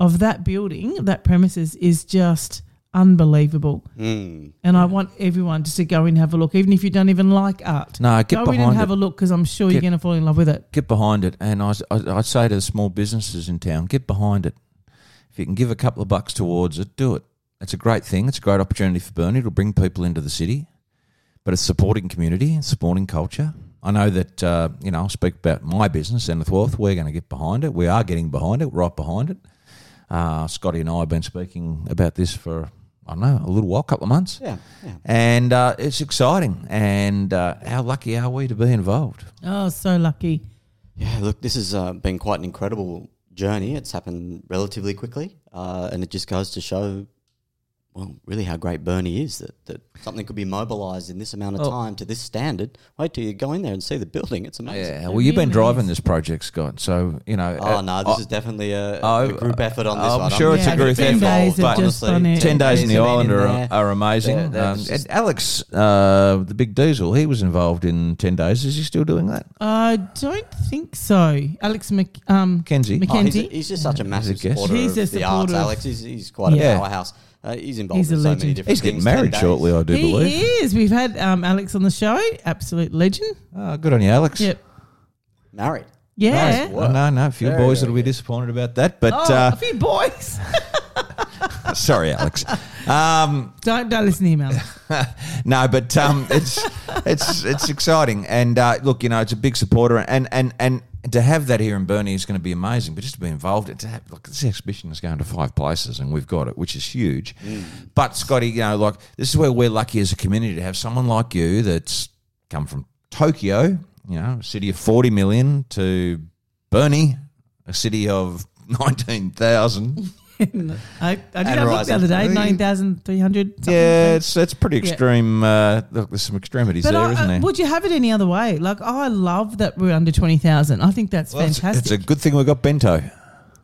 C: of that building, that premises, is just unbelievable.
D: Hmm.
C: And I want everyone just to go in and have a look, even if you don't even like art.
B: No, get
C: go in and
B: behind
C: have
B: it.
C: a look because I'm sure
B: Get-
C: you're going to fall in love with it.
B: Get behind it. And I, I, I say to the small businesses in town, get behind it. If you can give a couple of bucks towards it, do it. It's a great thing. It's a great opportunity for Burnie. It'll bring people into the city, but it's supporting community and supporting culture. I know that, uh, you know, I'll speak about my business, Enthworth. We're going to get behind it. We are getting behind it, right behind it. Uh, Scotty and I have been speaking about this for, I don't know, a little while, couple of months.
D: Yeah, yeah.
B: and uh, it's exciting. And uh, how lucky are we to be involved?
C: Oh, so lucky.
D: Yeah, look, this has uh, been quite an incredible journey. It's happened relatively quickly, uh, and it just goes to show well, really how great Bernie is that, that something could be mobilized in this amount of
C: Oh.
D: time to this standard. Wait till you go in there and see the building. It's amazing.
B: Yeah, well, you've been
C: really
B: driving
C: is.
B: this project, Scott. So you know.
D: Oh
B: uh,
D: no, this
B: I-
D: is definitely a,
B: I- uh,
D: a group effort on this
B: I'm
D: one.
B: sure it's a
D: happy to
B: group
D: be
B: effort,
D: involved,
B: but
C: honestly,
D: honestly,
B: uh, Ten days in the
D: have been
B: island are,
D: there.
B: are amazing.
D: They're- they're
B: Um,
D: just-
B: and Alex, uh, the big diesel, he was involved in ten days. Is he still doing that?
C: I don't think so. Alex Mc, um,
B: Kenzie.
D: Oh, he's, a-
C: McKenzie.
D: he's just such a massive
B: guest.
D: supporter
C: He's a
D: of the arts,
C: supporter of-
D: Alex. He's, he's quite a
B: Yeah.
D: powerhouse. Uh, he's involved
C: He's a
D: in so many
C: legend.
D: different
B: He's getting
D: things, 10
B: married
D: days.
B: shortly, I do
C: he
B: believe.
C: is. We've had um, Alex on the show. Absolute legend.
B: Oh, good on you, Alex.
C: Yep.
D: Married.
C: Yeah.
D: Nice.
B: Oh, no, no, a few
D: Very,
B: boys
D: very
B: that'll be disappointed about that, but
C: oh, a few boys.
B: uh, sorry, Alex. Um,
C: don't don't listen to him, Alex.
B: no, but um, it's it's it's exciting, and uh, look, you know, it's a big supporter, and and and to have that here in Burnie is going to be amazing. But just to be involved, and to have, look, this exhibition is going to five places, and we've got it, which is huge.
C: Mm.
B: But Scotty, you know, like this is where we're lucky as a community to have someone like you that's come from Tokyo, you know, a city of forty million, to Burnie, a city of nineteen thousand.
C: I, I did have a look the
D: rising.
C: other day. Nine thousand three hundred.
B: Yeah, it's that's pretty
C: Yeah.
B: extreme. Uh, look, there's some extremities
C: But
B: there,
C: I, uh,
B: not
C: I,
B: there?
C: would you have it any other way? Like, oh, I love that we're under twenty thousand. I think that's
B: Well, it's- It's,
C: fantastic.
B: a good thing we got bento.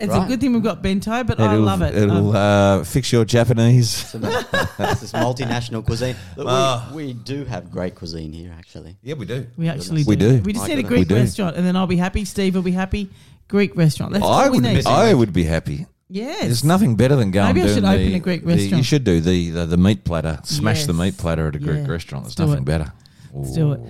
D: right.
C: good thing we've got bento, but I love it. Um,
B: It'll uh, fix your Japanese.
D: It's a- it's this multinational cuisine. Look,
B: Ah.
D: we, we do have great cuisine here, actually.
B: Yeah, we do.
C: we actually do.
B: We do.
C: We just
D: My
C: need a
D: goodness.
C: Greek
B: We do.
C: restaurant, and then I'll be happy. Steve will be happy. Greek restaurant. That's
B: I
C: all we
B: would.
C: need.
B: Be, I would be happy.
C: yes.
B: There's nothing better than going.
C: Maybe I
B: doing
C: should
B: the,
C: open a Greek
B: the- you
C: restaurant.
B: should do the the, the meat platter. Smash the
C: Yes.
B: meat platter at a Greek
C: Yeah.
B: restaurant. There's
C: Let's do
B: nothing
C: it.
B: better.
C: Let's do it.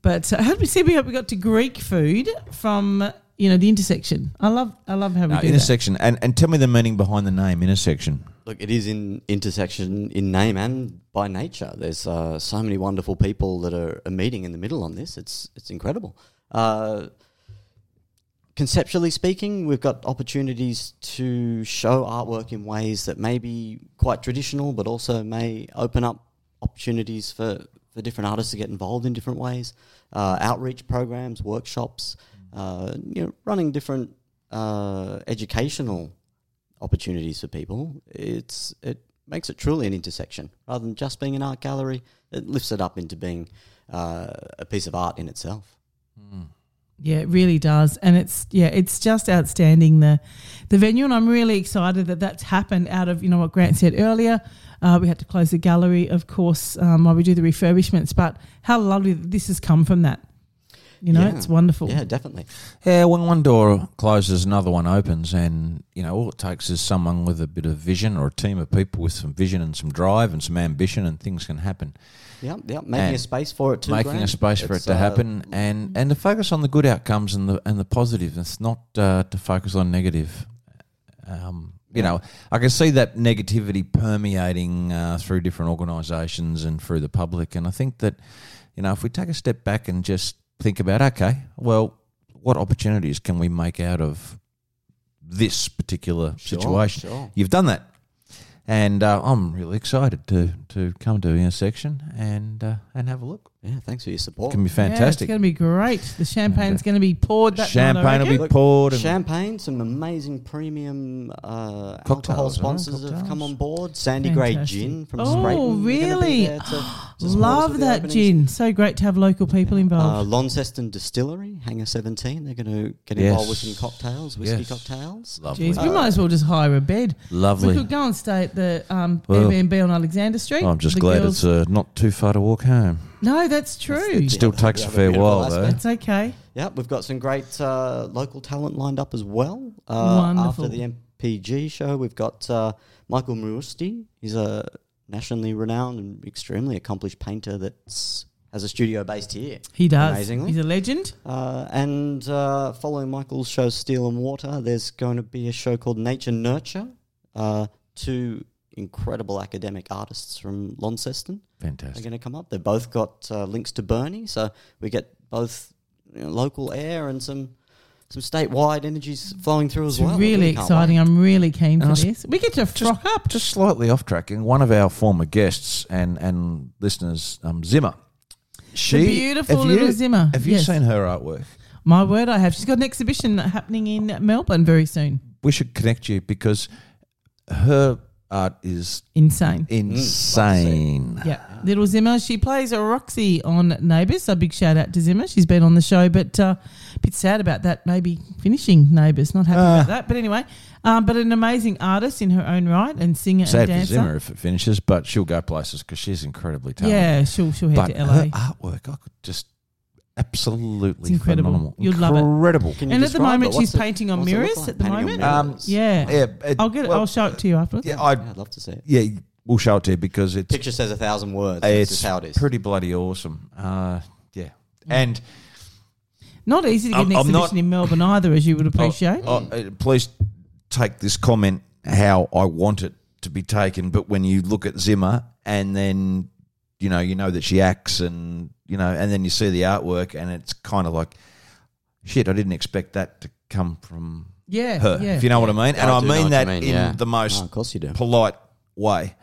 C: But uh, how did we see we we got to Greek food from you know the intersection? I love I love how we
B: No,
C: do that.
B: intersection and and tell me the meaning behind the name intersection.
D: Look, it is in intersection in name and by nature. There's uh, so many wonderful people that are, are meeting in the middle on this. It's it's incredible. Uh, conceptually speaking, we've got opportunities to show artwork in ways that may be quite traditional, but also may open up opportunities for, for different artists to get involved in different ways. Uh, outreach programs, workshops, uh, you know, running different uh, educational opportunities for people. It's it makes it truly an intersection rather than just being an art gallery. It lifts it up into being uh, a piece of art in itself.
B: Hmm.
C: Yeah, it really does, and it's yeah, it's just outstanding the the venue, and I'm really excited that that's happened. Out of you know what Grant said earlier, uh, we had to close the gallery, of course, um, while we do the refurbishments. But how lovely that this has come from that. You know,
D: Yeah.
C: it's wonderful.
D: Yeah, definitely.
B: Yeah, when one door closes, another one opens, and you know all it takes is someone with a bit of vision or a team of people with some vision and some drive and some ambition, and things can happen.
D: Yeah, yeah. Making
B: And
D: a space for it too.
B: Making a space for
D: uh,
B: it to happen, and and to focus on the good outcomes and the and the positive. It's not uh, to focus on negative. Um, you know, I can see that negativity permeating uh, through different organisations and through the public, and I think that you know if we take a step back and just think about, okay, well, what opportunities can we make out of this particular situation?
D: Sure.
B: you've done that. And uh, I'm really excited to to come to intersection and uh, and have a look.
D: Yeah, thanks for your support.
B: It can be
C: Yeah,
B: fantastic.
C: it's going to be great. The champagne's going to be poured. That
B: Champagne
C: night, I
B: will be
D: Look,
B: poured. And
D: Champagne, some amazing premium uh, alcohol
B: Cocktails, huh?
D: sponsors have come
B: Cocktails.
D: on board. Sandy Gray
C: Fantastic.
D: Gin from
C: Oh,
D: Sprayton. are gonna be
C: really?
D: there to- to support us
C: Love
D: with the
C: that
D: openings.
C: gin. So great to have local people involved.
D: Uh, Launceston Distillery, Hangar 17. They're going to get involved with some
B: Yes.
D: cocktails, whiskey
B: Yes.
D: cocktails.
B: lovely,
C: Jeez, we might as well just hire a bed. We
B: lovely.
C: could go and stay at the um,
B: Well,
C: Airbnb on Alexander Street.
B: I'm just
C: The
B: glad
C: girls-
B: it's uh, not too far to walk home.
C: no, that's true.
D: That's
B: It
D: the-
B: still
D: Yeah,
B: takes a
D: that'd be
B: fair
D: beautiful
B: while though.
D: aspect.
C: That's okay.
D: Yeah, we've got some great uh, local talent lined up as well. Uh,
C: Wonderful.
D: after the MPG show, we've got uh, Michael Murusti. He's a nationally renowned and extremely accomplished painter that has a studio based here.
C: He does.
D: Amazingly.
C: He's a legend.
D: Uh, and uh, following Michael's show Steel and Water, there's going to be a show called Nature Nurture. Uh, two incredible academic artists from Launceston. are
B: Fantastic.
D: going to come up. They've both got uh, links to Bernie, so we get both you know, local air and some some statewide energies flowing through as
C: It's
D: well. I
C: really
D: can't
C: exciting.
D: wait.
C: I'm really keen
B: And I
C: for
B: s-
C: this. We get to frock up.
B: Just slightly off track, and one of our former guests and and listeners, um, Zimmer. She
C: the beautiful
B: have you-
C: little Zimmer.
B: Have you
C: Yes.
B: seen her artwork?
C: My word, I have. She's got an exhibition happening in Melbourne very soon.
B: we should connect you because her art is
C: Insane.
B: insane.
C: Yeah. Little Zimmer. She plays Roxy on Neighbours. So big shout out to Zimmer. She's been on the show, but uh, a bit sad about that, maybe finishing Neighbours. Not happy
B: Ah.
C: about that. But anyway, um, but an amazing artist in her own right and singer
B: Sad
C: and
B: for
C: dancer.
B: Zimmer if it finishes, but she'll go places because she's incredibly talented.
C: Yeah, she'll, she'll head
B: but
C: to LA.
B: her artwork, I could just absolutely
C: It's incredible.
B: phenomenal.
C: You'll love it.
B: incredible.
D: Can you
C: And at the
D: describe it?
C: moment,
D: What's
C: she's
D: it-
C: painting on
D: what's it look
C: mirrors
D: like?
C: at the
D: Painting on
C: moment.
D: mirrors.
B: Um,
C: yeah.
B: Yeah, it-
C: I'll get it.
B: well,
C: I'll show it to you afterwards.
B: Yeah, I
D: Yeah, I'd love to see it.
B: yeah, we'll show it to you because it's
D: Picture says a thousand words. That's
B: it's
D: just how it is.
B: pretty bloody awesome. Uh,
C: Mm.
B: yeah, and
C: Not easy to get
B: I'm-
C: an
B: I'm
C: exhibition
B: not-
C: in Melbourne either, as you would appreciate.
B: Oh, oh, uh, please take this comment how I want it to be taken, but when you look at Zimmer and then you know you know that she acts and you know and then you see the artwork and it's kind of like shit. I didn't expect that to come from
C: yeah.
B: her.
C: Yeah.
B: If you know what I mean, and
D: I
B: I,
D: do know what
B: mean
D: you
B: that
D: mean,
B: in
D: yeah.
B: the
D: Oh,
B: most
D: of course you do.
B: polite way.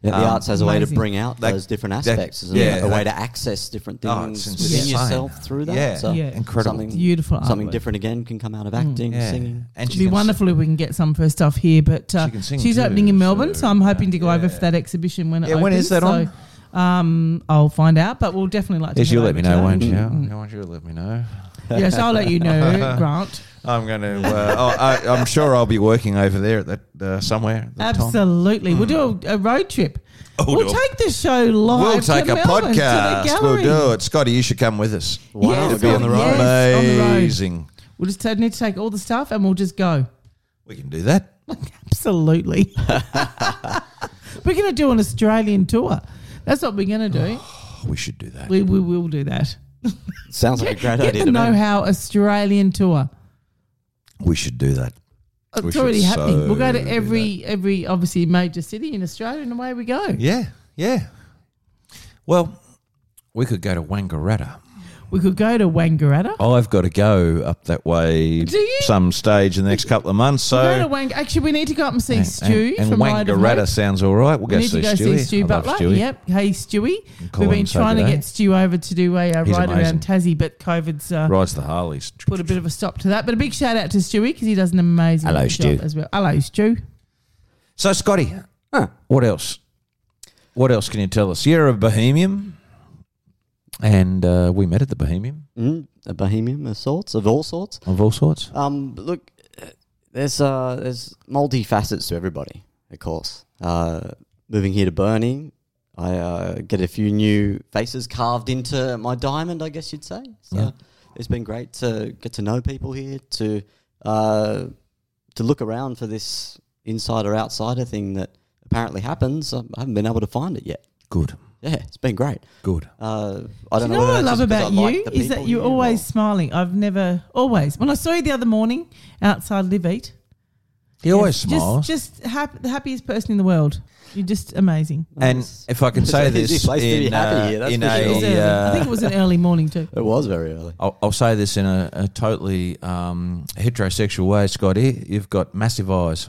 D: Yeah, the arts has a way to
C: um, amazing.
D: bring out
B: That-
D: those different
B: that-
D: aspects, isn't
B: yeah,
D: it? A way
B: that-
D: to access different
B: Oh,
D: things
B: it's
D: within
B: insane.
D: yourself through that.
B: Yeah.
D: So
C: Yeah.
B: Incredible.
D: Something,
C: Beautiful
D: Something
C: artwork. Mm.
D: different again can come out of acting,
B: Yeah.
D: singing.
B: and
C: It'd be
B: can
C: wonderful if we can get some for her stuff here, but uh,
B: She can sing
C: she's
B: too,
C: opening in Melbourne,
B: so,
C: so, I'm hoping to go
B: yeah.
C: over for that exhibition when it
B: Yeah,
C: opens.
B: when is that on?
C: So, um, I'll find out, but we'll definitely like to.
B: Yes,
C: head
B: you'll let
C: over
B: me
C: to
B: know,
C: her.
B: won't you? Yeah, won't you let me know?
C: yes, I'll let you know, Grant.
B: I'm going to. Uh, oh, I, I'm sure I'll be working over there at that uh, somewhere. At that time.
C: Absolutely, we'll do a, a road trip.
B: Oh,
C: we'll
B: do-
C: take the show live.
B: We'll take
C: to
B: a
C: Melbourne, To the
B: podcast. We'll
C: gallery.
B: do it. Scotty, you should come with us.
D: Wow,
C: Yes, oh,
D: it'll be on the road.
C: yes. on the road.
B: Amazing.
C: We'll just uh, need to take all the stuff and we'll just go.
B: We can do that. Oh,
C: Absolutely. we're going to do an Australian tour. That's what we're going to do.
B: Oh, we should do that.
C: We, we will do that.
D: Sounds like a great
C: Get
D: idea
C: the
D: to
C: Know
D: me.
C: How Australian tour.
B: We should do that.
C: It's
B: We should
C: already happening. we'll go
B: so
C: to
B: do
C: every every obviously major city in Australia, and away we go.
B: Yeah, yeah. Well, we could go to Wangaratta.
C: We could go to Wangaratta.
B: I've got to go up that way
C: Do you?
B: some stage in the next couple of months. So
C: go to Wang. Actually, we need to go up and see Stu
B: and,
C: from
B: and
C: Ride of
B: Wangaratta
C: Hope.
B: sounds all right. We'll
C: We
B: go
C: need
B: see
C: to go
B: Stewie.
C: see Stu
B: I love
C: Butler.
B: Stewie.
C: Yep. Hey, Stewie.
B: call
C: We've
B: him
C: been
B: and say
C: trying to
B: g'day.
C: get Stu over to do a uh,
B: He's
C: ride
B: amazing.
C: around Tassie, but COVID's uh,
B: Rides the Harleys.
C: put a bit of a stop to that. But a big shout out to Stewie because he does an amazing
B: Hello,
C: job
B: Stu.
C: as well. Hello, Stu.
B: So, Scotty, what else? What else can you tell us? You're a Bohemian, and uh, we met at the Bohemian
D: Mm, a bohemian of sorts, of all sorts.
B: of all sorts.
D: Um, but look, uh, there's uh, there's multifacets to everybody, of course. Uh, moving here to Burnie, I uh, get a few new faces carved into my diamond, I guess you'd say. So
B: Yeah.
D: it's been great to get to know people here, to uh, to look around for this insider outsider thing that apparently happens. I haven't been able to find it yet.
B: Good,
D: Yeah, it's been great.
B: good.
D: Uh, I
C: Do you
D: don't
C: know,
D: know.
C: what I
D: whether that's
C: love
D: just 'cause
C: about
D: I
C: you
D: like the
C: is that
D: people
C: you're
D: here or-
C: always smiling. I've never always. When I saw you the other morning outside Live Eat,
B: He always smiles.
C: Just, just hap- the happiest person in the world. You're just amazing.
B: and if I can
D: It's
B: say
D: an easy
B: this
D: place to be
B: in,
D: happy
B: uh,
D: here, that's
B: in
D: for
B: a,
D: sure.
C: It was early. I think
B: uh,
C: it was an early morning too.
D: It was very early.
B: I'll, I'll say this in a, a totally um, heterosexual way, Scotty. You've got massive eyes.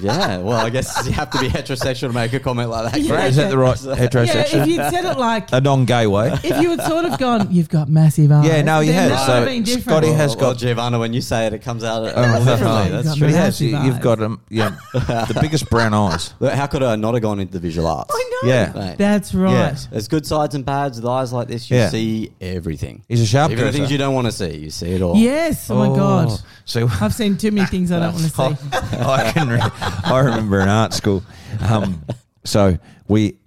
D: Yeah, well, I guess you have to be heterosexual to make a comment like that.
B: Right? Is that the right heterosexual?
C: Yeah, if you'd said it like,
B: A non-gay way.
C: if you had sort of gone, you've got massive eyes.
B: Yeah, no, he
C: then
B: has.
C: That
B: So
C: would have been different.
B: Scotty has-
D: Well, well,
B: got-
D: Giovanna, when you say it, it comes out a
B: Oh,
D: little differently.
C: You've
D: That's
C: got
D: true.
B: He has.
C: massive
B: You've
C: eyes.
B: got um, yeah, the biggest brown eyes.
D: Look, how could I not have gone into visual arts?
C: I know.
B: Yeah.
D: Mate,
C: That's right.
D: there's good sides and bads. With eyes like this, you
B: Yeah.
D: see everything.
B: He's a sharp
D: Even the
B: dresser.
D: things you don't want to see, you see it all.
C: Yes. Oh, my god.
B: So
C: I've seen too many things I don't want to
B: I,
C: see.
B: I can. Re- I remember in art school. Um, so we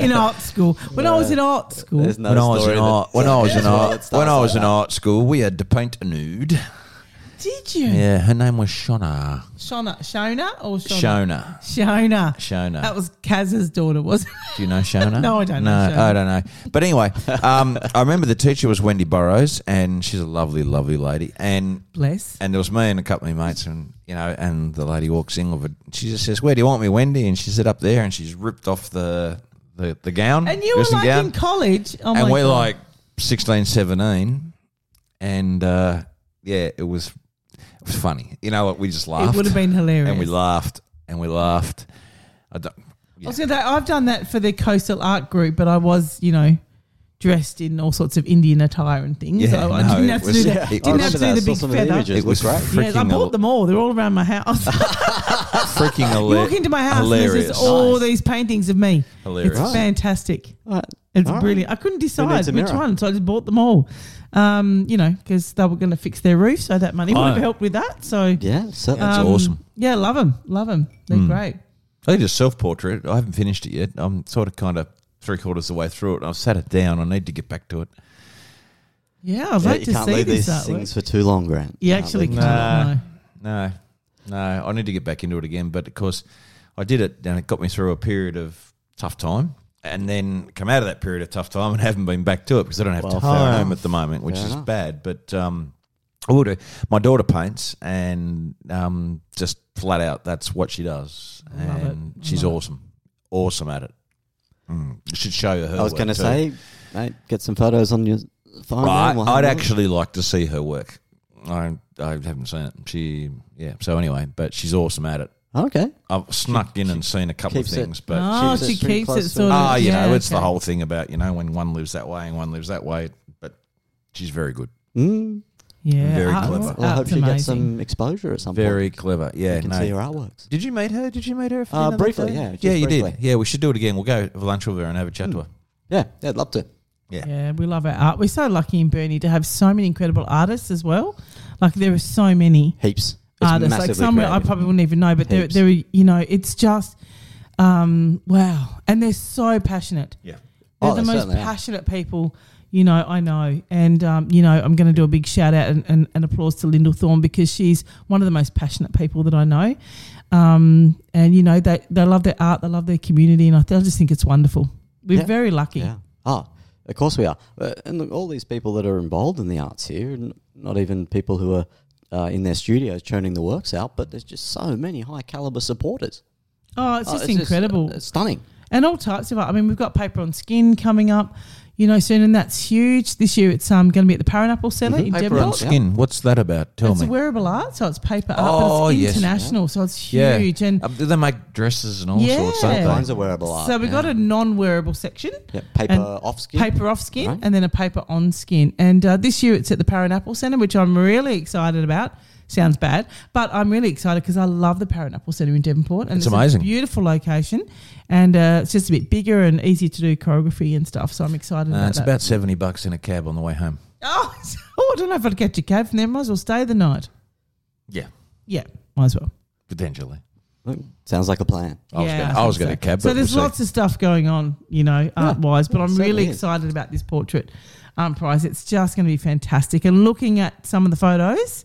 C: In art school, when I was in art school,
D: There's no
B: when I was
D: story
B: in
D: that-
B: art when I was in
D: Yeah.
B: art
D: Starts
B: when I
D: like
B: was in
D: that.
B: art school we had to paint a nude.
C: did you?
B: Yeah, her name was Shona.
C: Shona, Shona, or Shona?
B: Shona.
C: Shona.
B: Shona.
C: That was Kaz's daughter, wasn't
B: Do you know Shona?
C: No, I don't
B: no,
C: know Shona.
B: I don't know. But anyway, um, I remember the teacher was Wendy Burrows, and she's a lovely, lovely lady. And
C: it? Bless.
B: And there was me and a couple of my mates, and you know, and the lady walks in with it. She just says, "Where do you want me, Wendy?" And she said, "Up there." And she's ripped off the the, the gown,
C: And you were
B: dressing
C: like
B: gown,
C: in college. Oh
B: and
C: my
B: we're
C: God.
B: like 16, 17. and uh, yeah, it was it was funny. You know what? We just laughed,
C: it would have been hilarious.
B: and we laughed, and we laughed. I don't,
C: I was gonna say, I've done that for the coastal art group, but I was, you know, dressed in all sorts of Indian attire and things.
B: Yeah,
C: so I
B: no,
C: didn't
B: it
C: have to
B: was-
C: do that.
B: it- I
C: Didn't have to
D: remember that.
C: do the
D: I saw
C: big
D: some of the
C: feather.
D: images.
B: It was
D: Looked great.
B: freaking.
C: Yes, I
B: hel-
C: bought them all. They're all around my house.
B: Freaking
C: you
B: hila-
C: walk into my house and there's
B: hilarious.
C: just all
D: Nice.
C: these paintings of me.
B: Hilarious.
C: It's fantastic.
D: All right.
C: It's
D: All right.
C: brilliant. I couldn't decide
D: needs a
C: which
D: mirror?
C: one, so I just bought them all. Um, you know, because they were going to fix their roof, so that money would have
B: Oh.
C: helped with that. So
D: Yeah, certainly.
B: That's
C: um,
B: awesome.
C: Yeah, love them, love them. They're
D: Hmm.
C: great.
B: I did a self portrait. I haven't finished it yet. I'm sort of kind of three quarters of the way through it. I've sat it down. I need to get back to it.
C: Yeah, I'd
D: Yeah,
C: like
D: you
C: to
D: can't
C: see
D: leave
C: this
D: these
C: artwork.
D: things for too long, Grant.
C: You
D: Can't
C: actually
D: leave
C: can't.
D: them
B: Nah.
C: no.
B: No, no. I need to get back into it again. But of course, I did it and it got me through a period of tough time. And then come out of that period of tough time and haven't been back to it because I don't have
D: Well, fair
B: time
D: enough.
B: at the moment, which
D: Fair
B: is
D: enough.
B: bad. But um, I will do. My daughter paints and um, just flat out, that's what she does.
C: Love it.
B: and
C: I
B: she's
C: love it.
B: too. awesome. Awesome at it. Mm. You should show her.
D: I was
B: work
D: going to
B: too.
D: say, mate, get some photos on your phone.
B: I,
D: man, we'll have
B: I'd
D: a look.
B: actually like to see her work. I I haven't seen it. She yeah. So anyway, but she's awesome at it.
D: Okay.
B: I've snuck in and seen a couple of
D: keeps it.
B: things, but
C: oh,
D: she's
C: she
D: just really
C: keeps it
D: close to-
C: sort of.
B: ah, you
C: yeah,
B: know, it's the
C: okay.
B: whole thing about you know when one lives that way and one lives that way. But she's very good,
D: Mm.
C: Yeah,
B: Very
C: art-
B: clever.
D: Well, I hope
C: art's
D: she gets
C: Ah, amazing.
D: some exposure at some
B: very
D: point.
B: clever. Yeah,
D: You can
B: no.
D: see her artworks.
B: Did you meet her? Did you meet her? a few
D: Uh,
B: another
D: briefly,
B: day?
D: yeah, just
B: yeah, you did.
D: briefly.
B: Yeah, we should do it again. We'll go have lunch with her and have a chat to her.
D: Yeah, yeah, I'd love to.
B: Yeah.
C: Yeah, we love our art. We're so lucky in Burnie to have so many incredible artists as well. Like there are so many.
D: Heaps. It's
C: artists. Ah, Like
D: massively
C: some I
D: creative.
C: probably wouldn't even know, but they're,
D: Heaps.
C: they're, you know, it's just, um, wow. And they're so passionate.
B: Yeah.
C: They're
D: Oh,
C: the
D: they
C: most
D: certainly are.
C: passionate people, you know, I know. And, um, you know, I'm going to do a big shout out and, and, and applause to Lyndall Thorne because she's one of the most passionate people that I know. Um, and, you know, they, they love their art, they love their community, and I, I just think it's wonderful. We're
D: Yeah.
C: very lucky.
D: Yeah. Ah, of course we are. Uh, and look, all these people that are involved in the arts here, n- not even people who are uh, in their studios churning the works out, but there's just so many high caliber supporters.
C: Oh, it's
D: Oh,
C: just incredible.
D: uh, stunning.
C: and all types of art. I mean, we've got paper on skin coming up, you know, soon, and that's huge. This year, it's um, going to be at the Pineapple Centre
D: Mhm.
C: in
B: Her
D: Paper
B: Mm-hmm. on
C: Devonport.
D: Yeah.
B: skin. What's that about? Tell
C: it's
B: me.
C: wearable art, so it's paper art,
B: Oh,
C: but it's
B: yes.
C: international, so it's
B: yeah.
C: huge. And
B: Uh, they make dresses and all
C: Yeah.
B: sorts. Don't
C: Yeah.
B: they? Uh,
D: All kinds of wearable art.
C: so we've got a non-wearable section,
D: yeah, paper
C: and
D: off skin.
C: paper off skin,
D: Right.
C: and then a paper on skin. And uh, this year, it's at the Pineapple Centre, which I'm really excited about. Sounds bad, but I'm really excited because I love the Pineapple Centre in Devonport, and
B: It's
C: it's, a
B: amazing.
C: beautiful location, and uh, it's just a bit bigger and easier to do choreography and stuff. So I'm excited
B: Uh,
C: about
B: it's
C: that.
B: about seventy bucks in a cab on the way home.
C: Oh, oh, I don't know if I'd catch a cab from there. Might as well stay the night.
B: Yeah,
C: Yeah, might as well.
B: potentially.
D: Look, Mm, Sounds like a plan.
B: I was
C: Yeah,
B: gonna-
C: I
B: I was
C: think
B: going to cab,
C: so
B: but
C: there's
B: we'll see.
C: lots of stuff going on, you know, art wise. But
D: yeah,
C: I'm
D: certainly
C: really
D: is.
C: excited about this portrait um, prize. It's just going to be fantastic. And looking at some of the photos,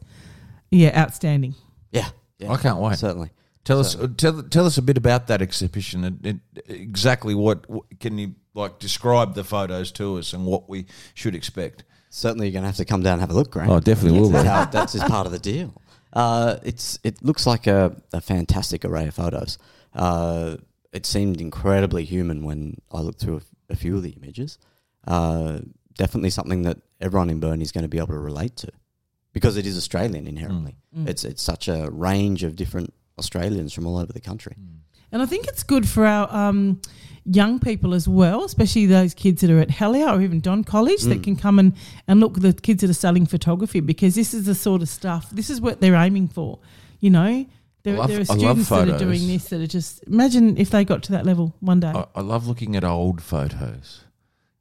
C: yeah, outstanding.
D: Yeah. yeah
B: I can't wait.
D: Certainly.
B: Tell us, uh, tell, tell us a bit about that exhibition and, and exactly what, what can you like describe the photos to us and what we should expect.
D: Certainly, you're going to have to come down and have a look, Grant.
B: Oh, definitely
D: That's how- that's just part of the deal. Uh, it's it looks like a, a fantastic array of photos. Uh, it seemed incredibly human when I looked through a, f- a few of the images. Uh, definitely something that everyone in Burnie is going to be able to relate to, because it is Australian inherently.
C: Mm.
D: It's it's such a range of different Australians from all over the country.
B: Hmm.
C: And I think it's good for our um, young people as well, especially those kids that are at Hellier or even Don College
B: Mm.
C: that can come and, and look at the kids that are studying photography because this is the sort of stuff, this is what they're aiming for, you know. There,
B: I love-
C: there are
B: I love
C: students that are
B: photos.
C: doing this that are just, imagine if they got to that level one day.
B: I, I love looking at old photos,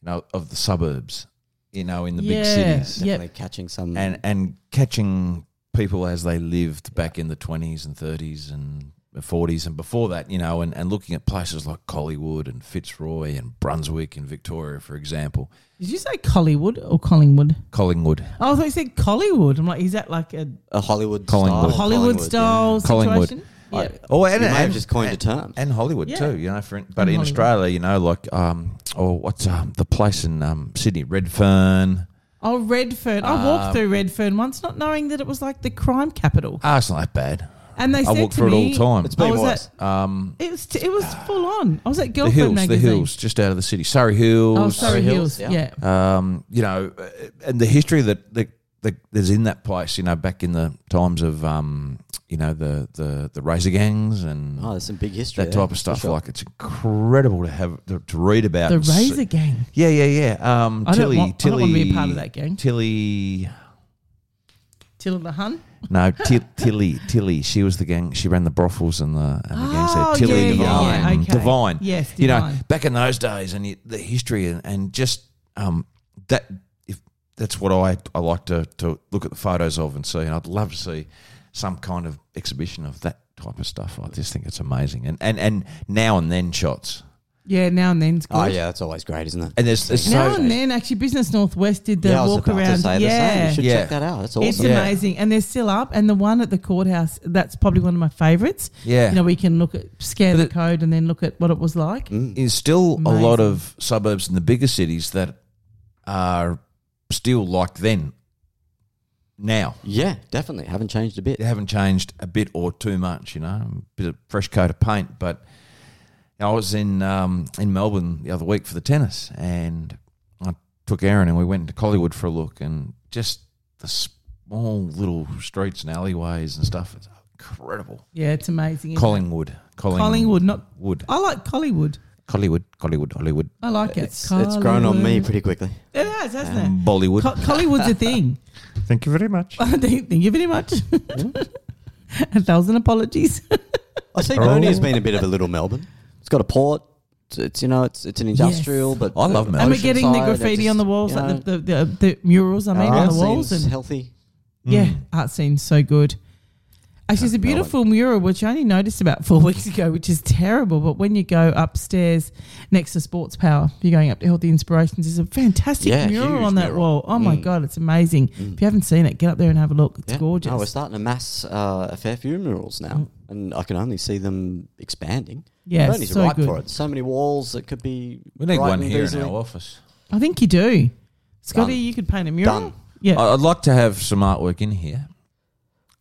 B: you know, of the suburbs, you know, in the big
C: Yeah.
B: cities,
C: Yep.
D: Definitely catching some
B: and and catching people as they lived back in the twenties and thirties and forties and before that, you know, and, and looking at places like Collingwood and Fitzroy and Brunswick and Victoria, for example,
C: Did you say Collywood or Collingwood?
B: Collingwood.
C: Oh, I thought you said Collywood. I'm like, is that like a
D: a Hollywood
B: Oh, Collingwood.
D: style,
C: Hollywood style
B: Collingwood.
C: situation?
D: Yeah.
C: Yeah.
B: Oh,
D: I,
B: and,
D: you may have
B: and-
D: just coined a term.
B: and Hollywood
C: Yeah.
B: too, you know. For, but
C: And
B: in
C: Hollywood.
B: Australia, you know, like um, oh, what's um, the place in um, Sydney, Redfern?
C: Oh, Redfern. I
B: Um,
C: walked through Redfern once, not knowing that it was like the crime capital.
B: Ah, it's not that bad.
C: And they
B: I
C: said
B: walk
C: to
B: through
C: me,
B: it all the
D: It's Ah.
B: time.
D: been
C: I was
D: worse.
C: at-
B: Um,
C: It was it was full on. I was at
B: the
C: Girlfriend
B: hills, the
C: magazine.
B: hills, just out of the city, Surrey Hills.
C: Oh, Surrey
D: Surrey
C: Hills.
D: Hills,
C: Yeah.
D: yeah.
B: Um, you know, uh, and the history that that the, there's in that place, you know, back in the times of, um, you know, the, the, the razor gangs and
D: Oh, there's some big history.
B: that
D: there,
B: type
D: for
B: of stuff.
D: sure.
B: Like, it's incredible to have to, to read about
C: The
B: and see-
C: Razor Gang.
B: Yeah, yeah, yeah. Um,
C: I don't
B: Tilly,
C: want- I
B: Tilly,
C: don't want to be a part of that gang.
B: Tilly,
C: Till the Hun.
B: no, Til Tilly, Tilly. She was the gang. She ran the brothels and the and the gangs there.
C: Oh,
B: Tilly
C: yeah, yeah,
B: Divine,
C: yeah, okay.
B: Divine.
C: Yes,
B: you know,
C: Divine.
B: back in those days, and you, the history, and, and just um, that. If that's what I I like to to look at the photos of and see, and I'd love to see some kind of exhibition of that type of stuff. I just think it's amazing, and and and now and then shots,
C: Yeah, now and then's good.
D: Oh yeah, that's always great, isn't it?
B: and there's, there's
C: Now
B: so
C: and then, actually, Business Northwest did the
D: yeah, I was
C: walk
D: about
C: around.
D: to say the same.
C: yeah,
D: You should
B: Yeah.
D: check that out. That's
C: It's
D: awesome.
B: Yeah.
C: amazing, and they're still up. And the one at the courthouse, that's probably one of my favourites.
B: yeah.
C: You know, we can look at
B: But
C: scan the
B: it-
C: code and then look at what it was like.
D: Mm.
B: is still a
C: Amazing.
B: lot of suburbs in the bigger cities that are still like then. Now
D: Yeah, definitely. Haven't changed a bit.
B: they haven't changed a bit or too much, you know, a bit of fresh coat of paint. But I was in um, in Melbourne the other week for the tennis, and I took Aaron and we went into Collingwood for a look, and just the small little streets and alleyways and stuff. It's incredible.
C: Yeah, it's amazing. isn't it?
B: Collingwood, Collingwood,
C: Collingwood, not
B: Wood,
C: I like Collywood.
B: Collingwood, Collingwood, Hollywood,
C: I like it.
D: It's, it's grown on me
C: Collywood.
D: pretty quickly.
C: It has, hasn't it?
B: Bollywood.
C: Co- Collywood's a thing.
B: Thank you very much.
C: Thank thank you very much. a thousand apologies.
D: I see Boney has been a bit of a little Melbourn. It's got a port. It's, it's you know it's it's an industrial,
C: Yes.
D: but
B: I love Melbourne.
C: and we're getting the
D: oceanside, it
C: graffiti
D: just,
C: on the walls,
D: you know,
C: like the, the, the, the murals. I mean,
D: our
C: on
D: art
C: the walls,
D: scene's Hmm.
C: and
D: healthy.
C: yeah, art scene's so good. Actually, it's a beautiful mural which I only noticed about four weeks ago, which is terrible. But when you go upstairs next to Sports Power, if you're going up to Healthy Inspirations, there's a fantastic
D: Yeah,
C: mural
D: huge
C: on that
D: mural.
C: wall. Oh my
D: Mm.
C: god, it's amazing! If you haven't seen it, get up there and have a look. It's
D: Yeah.
C: gorgeous. Mm.
D: No, we're starting to mass uh, a fair few murals now, and I can only see them expanding.
C: yeah,
D: Bernie's
C: it's so
D: right
C: good.
D: for it. So many walls that could be.
B: We need one
D: brightened
B: here in
D: easily.
B: our office.
C: I think you do, Scotty.
D: Done.
C: You could paint a mural.
D: Done.
C: Yeah,
B: I- I'd like to have some artwork in here.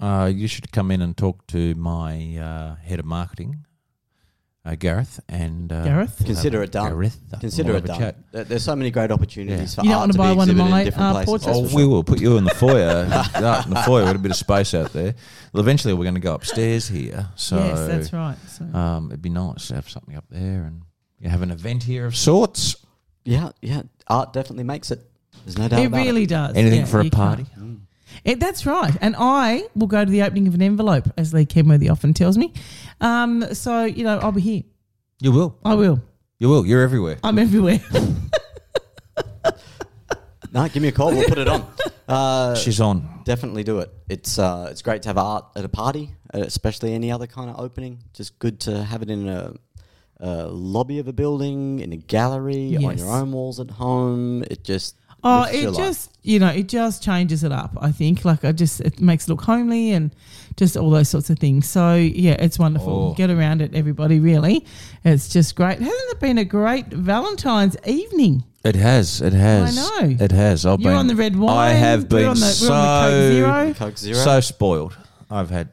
B: Uh, you should come in and talk to my uh, head of marketing, uh, Gareth, and uh,
C: Gareth?
D: Consider it done.
B: Gareth, uh,
D: Consider
B: we'll
D: it
B: have
D: done.
B: a chat.
D: There- There's so many great opportunities for
C: You don't
D: art
C: wanna
D: to
C: buy
D: be
C: one of
D: exhibited
C: my,
D: in different
C: uh,
D: places.
C: portraits?
B: Oh, we will put you in the foyer. Out in the foyer, with a bit of space out there. Well, eventually, we're going to go upstairs here, so
C: yes, that's right. So.
B: um, it'd be nice to have something up there and you have an event here of sorts.
D: Yeah, yeah. Art definitely makes it. There's no doubt
C: it
D: about
C: really
D: it.
C: does.
B: Anything
C: Yeah,
B: for a
C: you can't-
B: party?
C: It, that's right. And I will go to the opening of an envelope, as Lee Kenworthy often tells me. Um, so, you know, I'll be here.
B: You will.
C: I will.
B: You will. You're everywhere.
C: I'm everywhere.
D: No, give me a call. We'll put it on. Uh,
B: She's on.
D: definitely do it. It's uh, it's great to have art at a party, uh, especially any other kind of opening. Just good to have it in a, a lobby of a building, in a gallery, on
C: Yes.
D: your own walls at home. It just
C: oh,
D: lifts your
C: it
D: life.
C: just, you know, it just changes it up, I think. Like, I just, it makes it look homely and just all those sorts of things. So, yeah, it's wonderful.
B: Oh.
C: Get around it, everybody, really. It's just great. Hasn't it been a great Valentine's evening?
B: It has. It has.
C: I know.
B: It has. I've
C: You're
B: been,
C: on the red wine.
B: I have been
C: We're on the,
B: so
C: we're on the Coke Zero.
D: Coke Zero.
B: so spoiled. I've had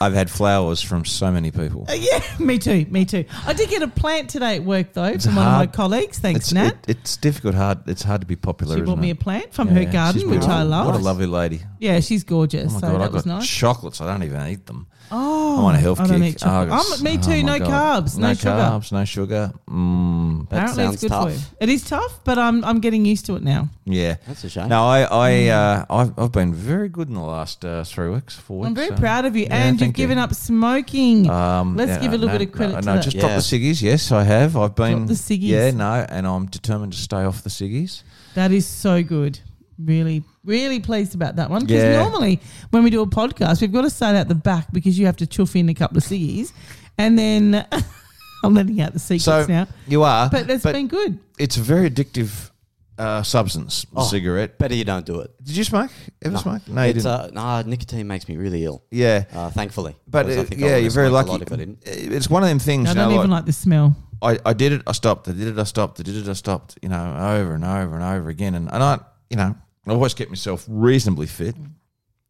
B: I've had flowers from so many people.
C: Uh, Yeah, me too, me too. I did get a plant today at work though from one of my
B: hard.
C: colleagues. Thanks,
B: It's
C: Nat.
B: it, it's difficult. Hard. It's hard to be popular.
C: she
B: isn't
C: bought me
B: it?
C: a plant from
B: Yeah,
C: her
B: she's
C: garden, which
B: been-
C: I love.
B: What a lovely lady.
C: Yeah, she's
B: Oh
C: gorgeous.
B: my
C: so
B: god!
C: that
B: I got
C: was nice.
B: chocolates. I don't even eat them.
C: oh,
B: I'm on a health
C: I don't
B: kick.
C: eat chocolate.
B: Oh, I got-
C: I'm- me
B: oh
C: too.
B: my
C: no
B: God.
C: carbs, no, sugar.
B: carbs, no sugar. Mm,
C: Apparently,
D: That
C: it's
D: sounds
C: good for
D: tough.
C: you. It is tough, but I'm I'm getting used to it now.
B: yeah.
D: That's a shame.
B: No, I, I,
C: Mm.
B: uh, I've, I've been very good in the last uh, three weeks, four weeks.
C: I'm very
B: so-
C: proud of you,
B: uh, Yeah,
C: and you've
B: thank you.
C: given up smoking.
B: Um,
C: Let's
B: yeah,
C: give a little
B: no,
C: bit of credit
B: No,
C: to
B: no
C: that.
B: just drop
D: Yeah.
B: the ciggies. Yes, I have. I've been
C: the ciggies.
B: Yeah, no, and I'm determined to stay off the ciggies.
C: That is so good. Really, really pleased about that one. Because
B: Yeah.
C: normally when we do a podcast, we've got to start out the back because you have to chuff in a couple of ciggies. And then I'm letting out the secrets
B: So
C: now.
B: you are, but,
C: But
B: Mm,
C: that's been good.
B: it's a very addictive uh, substance. the
D: Oh.
B: cigarette.
D: Better you don't do it.
B: Did you smoke? Ever smoke? No, you
D: it's
B: didn't.
D: uh, nah, nicotine makes me really ill.
B: yeah,
D: Uh, thankfully,
B: but
D: Because I
B: uh,
D: think I
B: yeah,
D: would've
B: you're very
D: smoked
B: lucky.
D: a lot if I didn't.
B: It's one of them things.
C: I
B: you know,
C: don't even like the smell.
B: I, I did it, I stopped, I did it, I stopped, I did it, I stopped, you know, over and over and over again. And, and I, you know, I always kept myself reasonably fit.
C: Mm.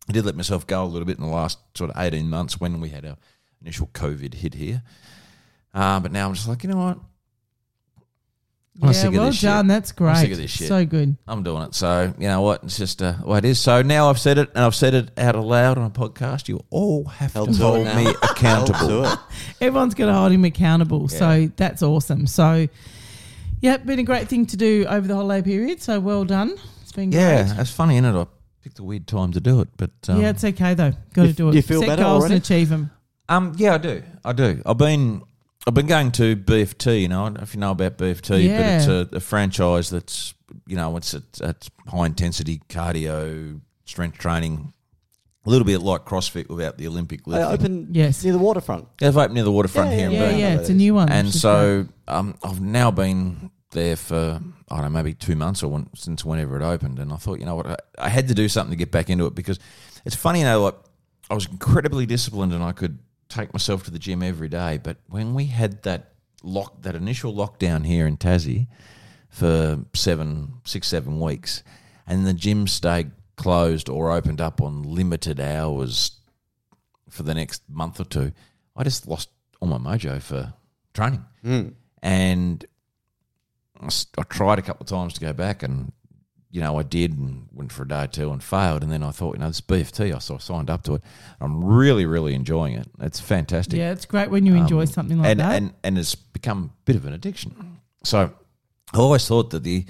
B: I did let myself go a little bit in the last sort of 18 months when we had our initial COVID hit here. Uh, but now I'm just like, you know what? I'm
C: yeah,
B: sick of
C: well
B: this shit.
C: done. That's great.
B: sick of this shit.
C: So good.
B: I'm doing it. So, you know what? It's just uh, what it is. So now I've said it and I've said it out aloud on a podcast. You all have
D: Held
B: to
D: to
B: hold
D: it now. Uh,
B: me accountable.
D: I'll do it.
C: Everyone's going to hold him accountable.
B: Yeah.
C: So that's awesome. So, yeah, been a great thing to do over the holiday period. So well done. It's been
B: Yeah,
C: great.
B: that's funny, isn't it? I picked a weird time to do it, but um,
C: yeah, it's okay though. Got to
D: You-
C: do it.
D: you feel
C: Set
D: better
C: goals
D: already?
C: and achieve them.
B: Um, yeah, I do. I do. I've been I've been going to BFT. You know, I don't know if you know about BFT,
C: Yeah.
B: but it's a, a franchise that's you know it's it's, it's high intensity cardio strength training, a little bit like CrossFit without the Olympic
D: I
B: lifting.
D: open
C: Yes.
D: near the waterfront.
B: Yeah, they've opened near the waterfront
D: Yeah,
B: here in
C: Yeah,
B: Burnham.
C: yeah, it's a new one.
B: And
C: which is
B: so um, I've now been there for I don't know maybe two months or one, since whenever it opened, and I thought you know what I, I had to do something to get back into it because it's funny you know like I was incredibly disciplined and I could take myself to the gym every day, but when we had that lock that initial lockdown here in Tassie for seven six seven weeks, and the gym stayed closed or opened up on limited hours for the next month or two, I just lost all my mojo for training. And I s- I tried a couple of times to go back, and you know I did, and went for a day or two and failed. And then I thought, you know, this BFT, I so I signed up to it. I'm really, really enjoying it. It's
C: good.
B: fantastic,
C: yeah, it's great when you enjoy
B: Um,
C: something like
B: and
C: that.
B: and and it's become a bit of an addiction. So I always thought that the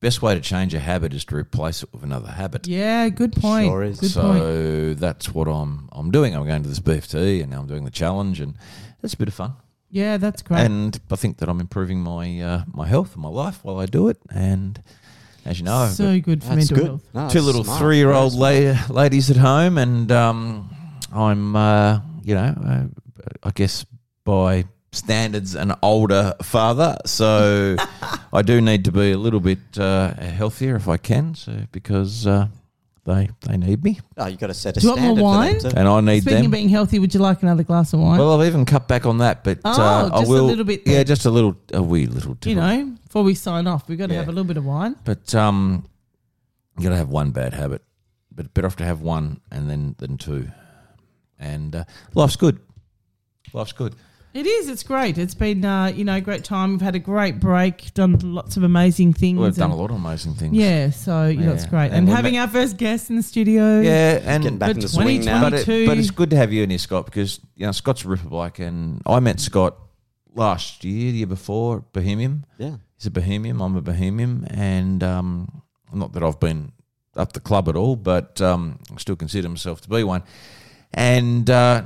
B: best way to change a habit is to replace it with another habit.
C: yeah, good point.
D: Sure is.
C: Good point.
B: so that's what I'm I'm doing. I'm going to this BFT and now I'm doing the challenge and it's a bit of fun.
C: Yeah, that's great.
B: And I think that I'm improving my uh, my health and my life while I do it. And as you know, I've got
C: so Oh, good for mental health.
D: No,
B: two
D: that's
B: little
D: smart.
B: three year old
D: That's
B: la- ladies at home, and um, I'm uh, you know uh, I guess by standards an older father, so I do need to be a little bit uh, healthier if I can, so because uh, they they need me.
D: Oh, you got to set a
C: Do you want more
D: standard
C: wine?
D: for them. too.
B: and I need
C: Speaking
B: them.
C: of being healthy, would you like another glass of wine?
B: well, I've even cut back on that, but uh,
C: Oh,
B: I
C: just a
B: will.
C: little bit
B: yeah,
C: then.
B: just a little, a wee little. Tip
C: you know, before we sign off, we've got to
B: Yeah.
C: have a little bit of wine.
B: but um, you gotta have one bad habit, but better off to have one and then than two, and uh, life's good. Life's good.
C: It is. It's great. It's been, uh, you know, a great time. We've had a great break, done lots of amazing things.
B: We've done
C: and-
B: a lot of amazing things.
C: Yeah, so you know, it's
B: Yeah.
C: great.
B: And
C: And,
B: we're
C: having
B: ma-
C: our first guest in the studio.
B: yeah,
D: Getting
B: and
D: back
C: But
D: in the swing now.
B: but, it,
C: 22.
B: but it's good to have you in here, Scott, because you know Scott's a ripper bloke, and I met Scott last year, the year before, at Bohemian.
D: Yeah.
B: He's a bohemian. I'm a bohemian, and um, not that I've been up the club at all, but um, I still consider myself to be one. And uh,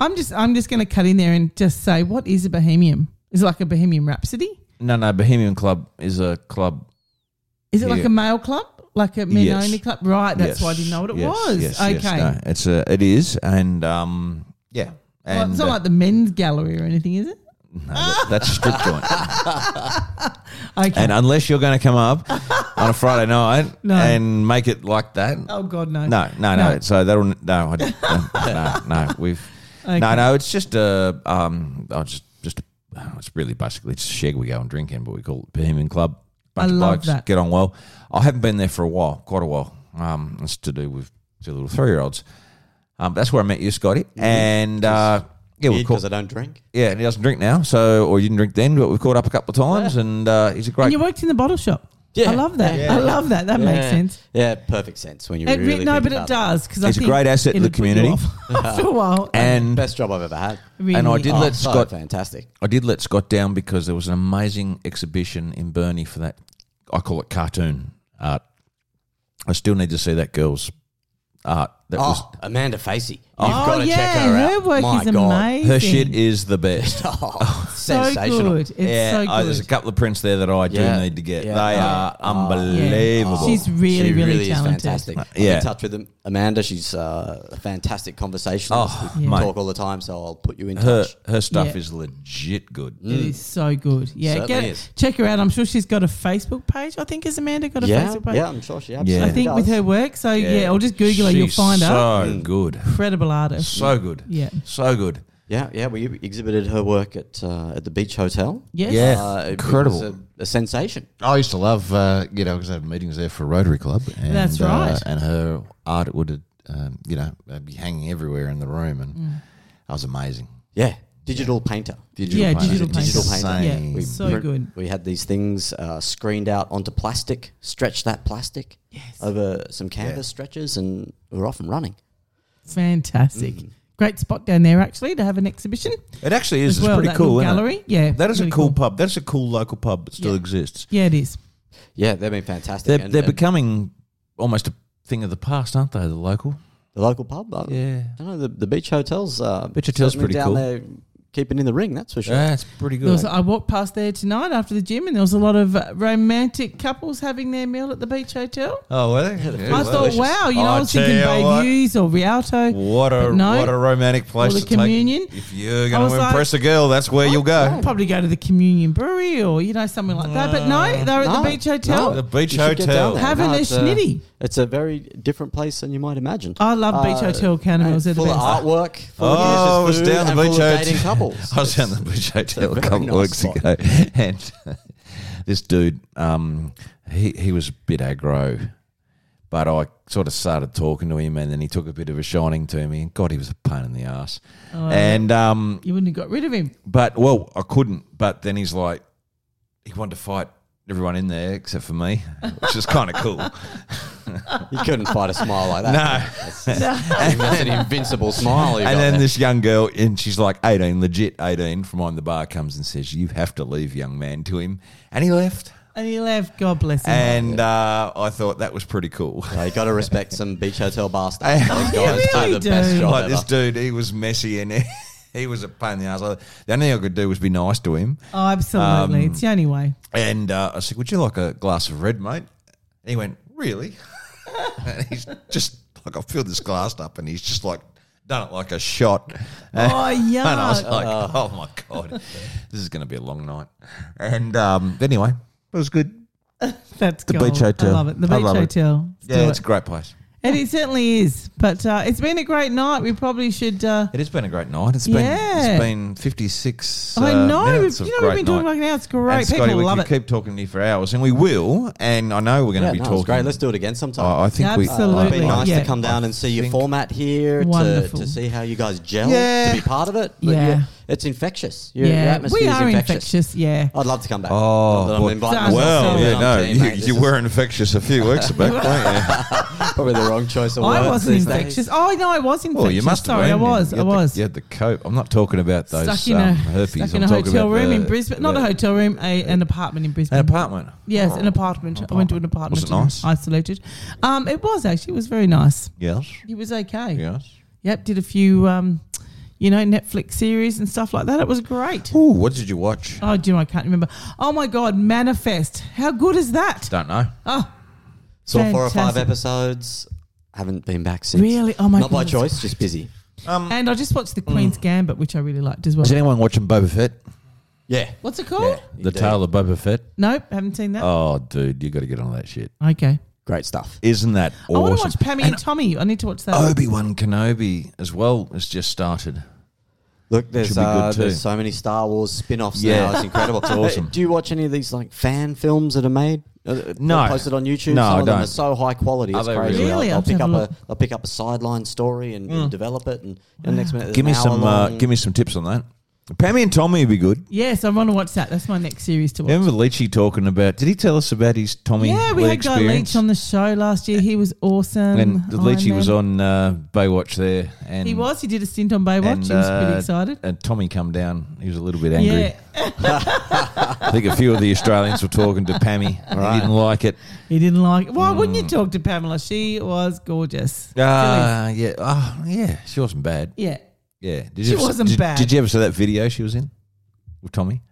C: I'm just, I'm just going to cut in there and just say, what is a bohemian? Is it like a bohemian rhapsody?
B: no, no, Bohemian Club is a club.
C: Is it like
B: Yeah.
C: a male club, like a men
B: Yes.
C: only club? Right. That's
B: Yes,
C: why I didn't know what it
B: yes,
C: was.
B: yes,
C: okay.
B: yes, no, it's a, it is, and um, yeah,
C: Well,
B: and
C: it's not
B: uh,
C: like the men's gallery or anything, is it?
B: no, that- that's a strip joint.
C: Okay.
B: And uh, unless you're going to come up on a Friday night
C: No.
B: and make it like that,
C: oh God, no.
B: No, no, no.
C: No.
B: So that'll no, I, don't- no, no. We've
C: Okay.
B: no, no. It's just a um, I just just oh, it's really basically just a shag we go and drink in, but we call it Bohemian Club.
C: I love that.
B: Get on well. I haven't been there for a while, quite a while. Um, it's to do with two little three year olds. Um, that's where I met you, Scotty, and uh, yeah, we
D: Because
B: caught.
D: I don't drink.
B: Yeah, and he doesn't drink now, so or you didn't drink then, but we've caught up a couple of times, and uh, he's a
C: And
B: great.
C: you worked in the bottle shop.
D: Yeah.
C: I love that.
D: Yeah.
C: I love that. That makes
D: Yeah.
C: sense.
D: Yeah, perfect sense when you
C: It re-
D: really
C: no,
D: think
C: but
D: about
C: it does because
B: It's a great asset to the community.
C: After a while,
B: and
D: Best job I've ever had.
C: really.
B: and I did
D: Oh,
B: let
D: so
B: Scott
D: fantastic.
B: I did let Scott down because there was an amazing exhibition in Burnie for that. I call it cartoon art. I still need to see that girl's art. That was
D: Oh, Amanda Facey. You've
C: Oh,
D: got to
C: yeah,
D: check her out.
C: her work
D: My
C: is
D: God.
C: amazing.
B: her shit is the best.
D: Oh,
C: so
D: sensational.
C: good. It's
B: yeah, oh,
C: so good.
B: I- there's a couple of prints there that I do
D: Yeah,
B: need to get.
D: yeah.
B: They
D: Oh,
B: are
D: yeah. Oh,
B: unbelievable.
C: yeah. She's really,
D: she
C: really
D: is
C: talented. Uh,
D: fantastic. I'm
B: Yeah.
D: in touch with them. Amanda, she's uh, a fantastic conversationalist.
B: Oh,
D: we
B: mate.
D: talk all the time, so I'll put you in
B: her
D: touch.
B: her stuff
C: Yeah.
B: is legit good.
C: It is so good. Yeah,
D: Certainly
C: get,
D: is.
C: check her out. I'm sure she's got a Facebook page. I think has Amanda got a
D: Yeah,
C: Facebook page?
D: yeah, I'm sure she
B: Yeah.
D: absolutely
C: I think
D: does.
C: with her work. So yeah, or just Google her. You'll
B: She's
C: find her.
B: So good.
C: Incredible artist.
B: So good.
C: Yeah.
B: So good.
D: Yeah, yeah, we exhibited her work at uh, at the Beach Hotel. Uh,
C: yes.
B: Yeah.
D: it- it
B: Incredible.
D: was a, a sensation.
B: I used to love, uh, you know, because I had meetings there for Rotary Club. And,
C: That's
B: uh,
C: right.
B: and her
C: Mm.
B: art would, um, you know, uh, be hanging everywhere in the room, and that was amazing.
D: Yeah, digital painter.
B: Digital
C: Yeah,
B: painting.
C: digital
B: It's
D: painting.
B: insane.
C: Yeah, so
D: Print-
C: good.
D: We had these things uh, screened out onto plastic, stretched that plastic over some canvas stretches, and we were off and running. Mm.
C: Fantastic. Great spot down there actually to have an exhibition
B: It actually is.
C: as
B: It's
C: well.
B: pretty
C: that
B: cool.
C: little
B: isn't it?
C: gallery. Yeah.
B: That is
C: really
B: a cool, pub. That's a cool local pub that still
C: Yeah.
B: exists.
C: Yeah, it is.
D: Yeah, they've been fantastic.
B: They're,
D: and-
B: they're
D: and
B: becoming almost a thing of the past, aren't they? The local.
D: the local pub. uh,
B: Yeah.
D: I don't know the, the beach hotels. Uh,
B: Beach hotel's
D: certainly
B: pretty
D: down
B: cool.
D: there, keeping in the ring. That's for sure.
B: Yeah, it's pretty
C: There
B: good.
C: was, I walked past there tonight after the gym, and there was a lot of uh, romantic couples having their meal at the beach hotel.
B: oh, were they?
D: It
C: I
D: was
C: thought,
D: delicious.
C: wow, you know,
B: I
C: I was
B: tell
C: thinking
B: you what.
C: Bayviews or Rialto.
B: What a
C: But no.
B: what a romantic place
C: the
B: to take-
C: communion.
B: If you're
C: I
B: going
C: was
B: to
C: like,
B: impress a girl, that's where you'll go.
C: I'd probably go to the communion brewery or you know somewhere like that. But no, they're at
D: No,
C: the beach hotel.
B: The beach
D: You should get
B: hotel.
D: down there.
C: Having a
D: it's
C: schnitty.
D: It's a very different place than you might imagine. Uh,
C: I love beach hotel countermeals. They're the
D: Full of
C: best.
D: artwork. Full
B: Oh, I
D: of
B: was
D: delicious food,
B: down the
D: and
B: beach
D: full of
B: hotel.
D: dating couples.
B: I was down
D: It's-
B: the beach hotel a
D: very
B: couple of
D: nice
B: weeks
D: spot.
B: ago, and this dude, um, he he was a bit aggro, but I sort of started talking to him, and then he took a bit of a shining to me. And God, he was a pain in the ass.
D: Oh,
B: and um,
C: You wouldn't have got rid of him.
B: But well, I couldn't. But then he's like, he wanted to fight everyone in there except for me, which is kind of cool.
D: You couldn't fight a smile like that.
B: No.
D: That's, that's an invincible smile. you
B: And
D: got
B: then
D: there.
B: this young girl, and she's like 18, legit 18, from behind the bar comes and says, "You have to leave, young man." To him, and he left.
C: And he left. God bless him.
B: And uh, I thought that was pretty cool.
D: Uh, you got to respect some beach hotel bar
B: I-
D: staff. Those
C: You
D: guys
C: really
D: do the best
C: do.
D: job
B: like
D: ever.
B: this dude, he was messy and he was a pain in the ass. The only thing I could do was be nice to him.
C: oh, absolutely.
B: um,
C: it's the only way.
B: And uh, I said, "Would you like a glass of red, mate?" And he went, "Really?" and he's just like, "I filled this glass up," and he's just like, "Done it like a shot."
C: Oh,
B: and I was
C: yeah.
B: like, "Oh my god, this is going to be a long night." And um, anyway, it was good.
C: That's the
B: beach hotel.
C: I love it. The
B: I
C: beach
B: love it.
C: hotel. Let's do
B: Yeah, it's
C: it.
B: a great place.
C: And it certainly is. But uh, it's been a great night. We probably should. Uh,
B: It has been a great night. It's been
C: Yeah.
B: it's been fifty six.
C: I know. We've,
B: minutes
C: you
B: of
C: know,
B: great
C: we've been talking
B: night.
C: like now. It's
B: And
C: great.
B: Scotty,
C: People
B: we
C: love
B: could
C: it.
B: keep talking to you for hours, and we will. And I know we're going
D: Yeah,
B: to be
D: no,
B: talking.
D: it's great. Let's do it again sometime.
B: I I think we
C: Absolutely.
D: It'd be nice
C: Yeah.
D: to come down and see your
B: think-
D: format here to,
C: Wonderful.
D: to see how you guys gel
B: Yeah.
D: to be part of it.
C: Yeah.
D: it's infectious. Your, your
C: Yeah.
D: atmosphere
C: We
D: is
C: are
D: infectious.
C: infectious. Yeah.
D: I'd love to come back. Not that
B: Oh,
D: I'm
B: boy.
D: inviting
C: Sounds
B: well,
D: myself
C: like
B: yeah,
D: down
B: no,
D: to you,
B: you,
D: mate. This
B: you
D: is
B: were infectious a few weeks back, weren't you?
D: probably the wrong choice of
B: Oh,
D: words.
C: I wasn't
D: these days.
C: infectious. Oh no, I was infectious.
B: Well, you must have
C: Sorry,
B: been.
C: I was.
B: You
C: I
B: had the-
C: was
B: you had the cope. I'm not talking about those
C: stuck in
B: um,
C: a
B: herpes.
C: stuck in
B: I'm
C: a
B: talking
C: hotel
B: about
C: room
B: the-
C: in Brisbane. Not a
B: the-
C: hotel room, a, an apartment in Brisbane.
B: An apartment. Oh,
C: Yes, an apartment. I went to an apartment.
B: Was it nice?
C: Isolated. Um, it was actually. It was very nice.
B: Yes.
C: It was okay.
B: Yes.
C: Yep. Did a few, um, you know, Netflix series and stuff like that. It was great.
B: Ooh, what did you watch?
C: Oh, do you know, I can't remember. Oh my God, Manifest. How good is that?
B: Don't know.
C: Oh,
D: Saw four or five
C: Fantastic.
D: episodes. Haven't been back since.
C: Really? Oh my
D: Not by
C: goodness.
D: choice, just busy.
C: and I just watched The Queen's Gambit, which I really liked as well.
B: Mm. Is anyone watching Boba Fett?
D: Yeah.
C: What's it called?
B: the Tale of Boba Fett?
C: Nope, haven't seen that.
B: Oh, dude, you got to get on that shit.
C: Okay.
D: Great stuff.
B: Isn't that
C: I want to watch
B: awesome?
C: Pammy and, Tommy. I need to watch that.
B: Obi Wan Kenobi as well has just started.
D: Look,
B: Should
D: there's,
B: be good
D: uh,
B: too.
D: there's so many Star Wars spin-offs
B: Yeah.
D: now. It's incredible. it's
B: awesome.
D: Do you watch any of these like fan films that are made? Uh, that
B: No.
D: are posted on YouTube.
B: No,
D: Some
B: I
D: of them
B: don't.
D: are so high quality.
B: Are
D: It's
B: they
D: crazy.
B: really? Mm.
C: Really?
D: They'll,
C: I'll
D: they'll pick
C: have
D: up
C: a
D: a
C: look.
D: they'll pick up a sideline story and, and develop it. And, and next minute, there's
B: Give me
D: an
B: some. Uh,
D: hour-long-
B: give me some tips on that. Pammy and Tommy would be good.
C: Yes, I want to watch that. That's my next series to watch.
B: Remember Leachy talking about? Did he tell us about his Tommy?
C: yeah, we
B: Lee
C: had Guy Leach
B: experience?
C: on the show last year. He was awesome.
B: And the Leachy
C: Iron
B: was
C: Man.
B: on uh, Baywatch there, and
C: He was. He did a stint on Baywatch.
B: and,
C: he was
B: uh,
C: pretty excited.
B: And Tommy come down. He was a little bit angry.
C: Yeah,
B: I think a few of the Australians were talking to Pammy. He didn't like it.
C: he didn't like. Why wouldn't you talk to Pamela? She was gorgeous.
B: Uh, Mm. yeah, oh, yeah. She wasn't bad.
C: Yeah.
B: Yeah, did
C: She
B: ever-
C: wasn't
B: did-
C: bad.
B: Did you ever see that video she was in with Tommy?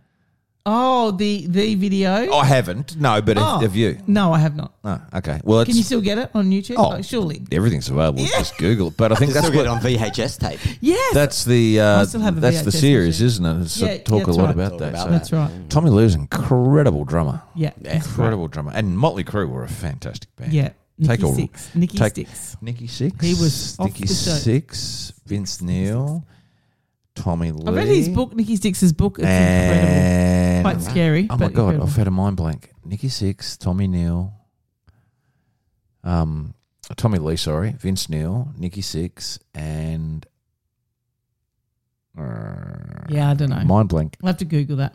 C: Oh, the the video.
B: I haven't. No, but
C: Oh.
B: have you?
C: No, I have not.
B: No. Oh, Okay. Well, it's
C: Can you still get it on YouTube?
B: Oh.
C: surely.
B: everything's available. Just Google. it. But I think
D: That's
B: that's
D: still
B: what
D: good on VHS tape.
C: Yes.
B: That's the uh,
C: I still have the
B: that's the
C: VHS
B: series,
C: machine.
B: isn't it? It's
C: Yeah,
B: talk a
C: that's
B: lot
C: right.
B: about
D: Talk
B: that.
D: about
B: so.
C: That's right.
B: Tommy Lee's an incredible drummer,
C: Yeah. Yeah.
B: incredible drummer, and Motley Crue were a fantastic band.
C: Nikki
B: Take a-
C: Six. Nikki
B: take-
C: Six.
B: Nicky Six,
C: He was off
B: Nicky
C: the show.
B: Six, Vince Neil, Tommy Lee.
C: I read his book, Nikki Six's book. It's incredible.
B: and
C: Quite scary.
B: oh my
C: but
B: god,
C: incredible.
B: I've had a mind blank. Nicky Six, Tommy Neil, um, Tommy Lee, sorry, Vince Neil, Nicky Six, and
C: Yeah, I don't know.
B: uh, Mind blank.
C: I'll have to Google that.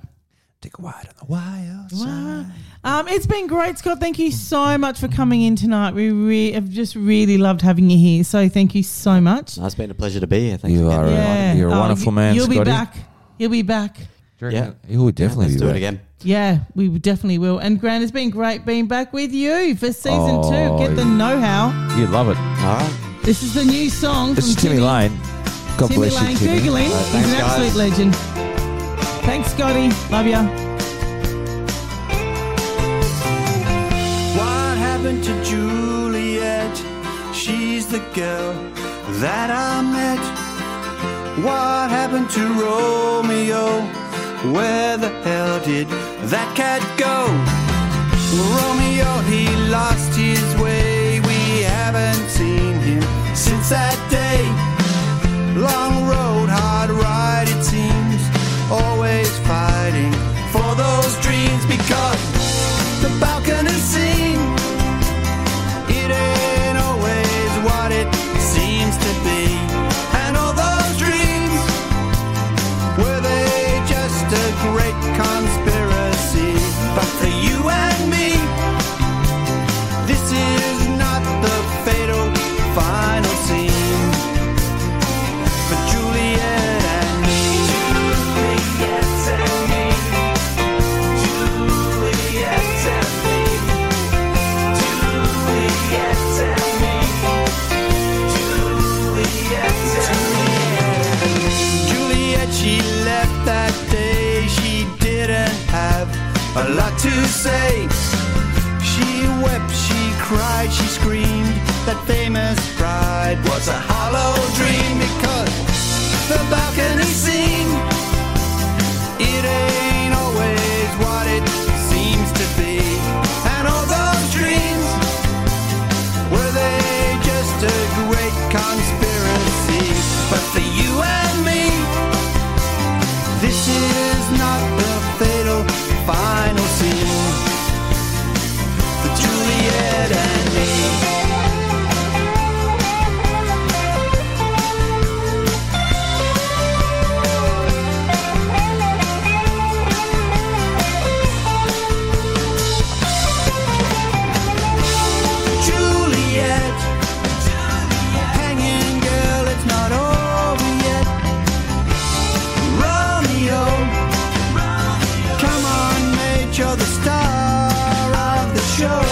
B: Take a ride on the wild
C: Wow. Um, it's been great, Scott. Thank you so much for coming in tonight. We re- have just really loved having you here. So thank you so much.
D: No, it's been a pleasure to be here. Thanks
B: You
D: again.
B: are a, you're a
C: Oh,
B: wonderful
C: you-
B: man,
C: You'll
B: Scotty.
C: be back. You'll be back.
B: Yeah, he would definitely
D: Let's
B: be
D: do
B: back.
D: it again.
C: Yeah, we definitely will. And Grant, it's been great being back with you for season two.
B: Oh,
C: Get the
B: yeah.
C: know how.
B: You'd love it.
D: All right.
C: This is the new song.
B: This
C: from
B: is Timmy, Lane. God
C: Timmy
B: bless
C: Lane.
B: you, Timmy.
C: Googling.
D: Alright,
C: He's
D: thanks,
C: an absolute
D: guys.
C: legend. Thanks, Scotty. Love ya.
A: What happened to Juliet? She's the girl that I met. What happened to Romeo? Where the hell did that cat go? Romeo, he lost his way. We haven't seen him since that day. Long road, hard ride, it seems. Always fighting for those dreams because the balcony scene. It ain't always what it seems to be. And all those dreams, were they just a great conspiracy? But for you and me, this is not the fatal final scene. For Juliet and me. Juliet and me. Juliet and me. Juliet and me. Juliet and me. Juliet, she left that day. She didn't have a lot to say. She wept, she cried, she screamed. That famous pride was a hollow dream because the balcony scene. It ain't always what it seems to be. And all those dreams, were they just a great conspiracy? But for you and me, this is not the fatal final scene. For Juliet and me. Juliet. Hanging girl, it's not over yet. Romeo. Come on, mate, you're the star of the show.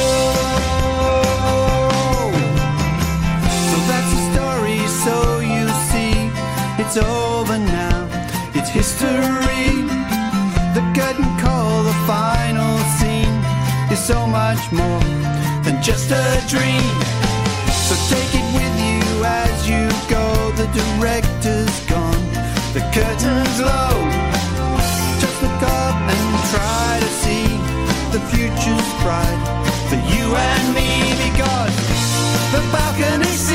A: So that's the story, so you see. It's over now, it's history. The curtain call, the final scene is so much more than just a dream. So take it with you as you go. The director's gone, the curtain's low. Just look up and try to see the future's bright for you and me because the balcony scene.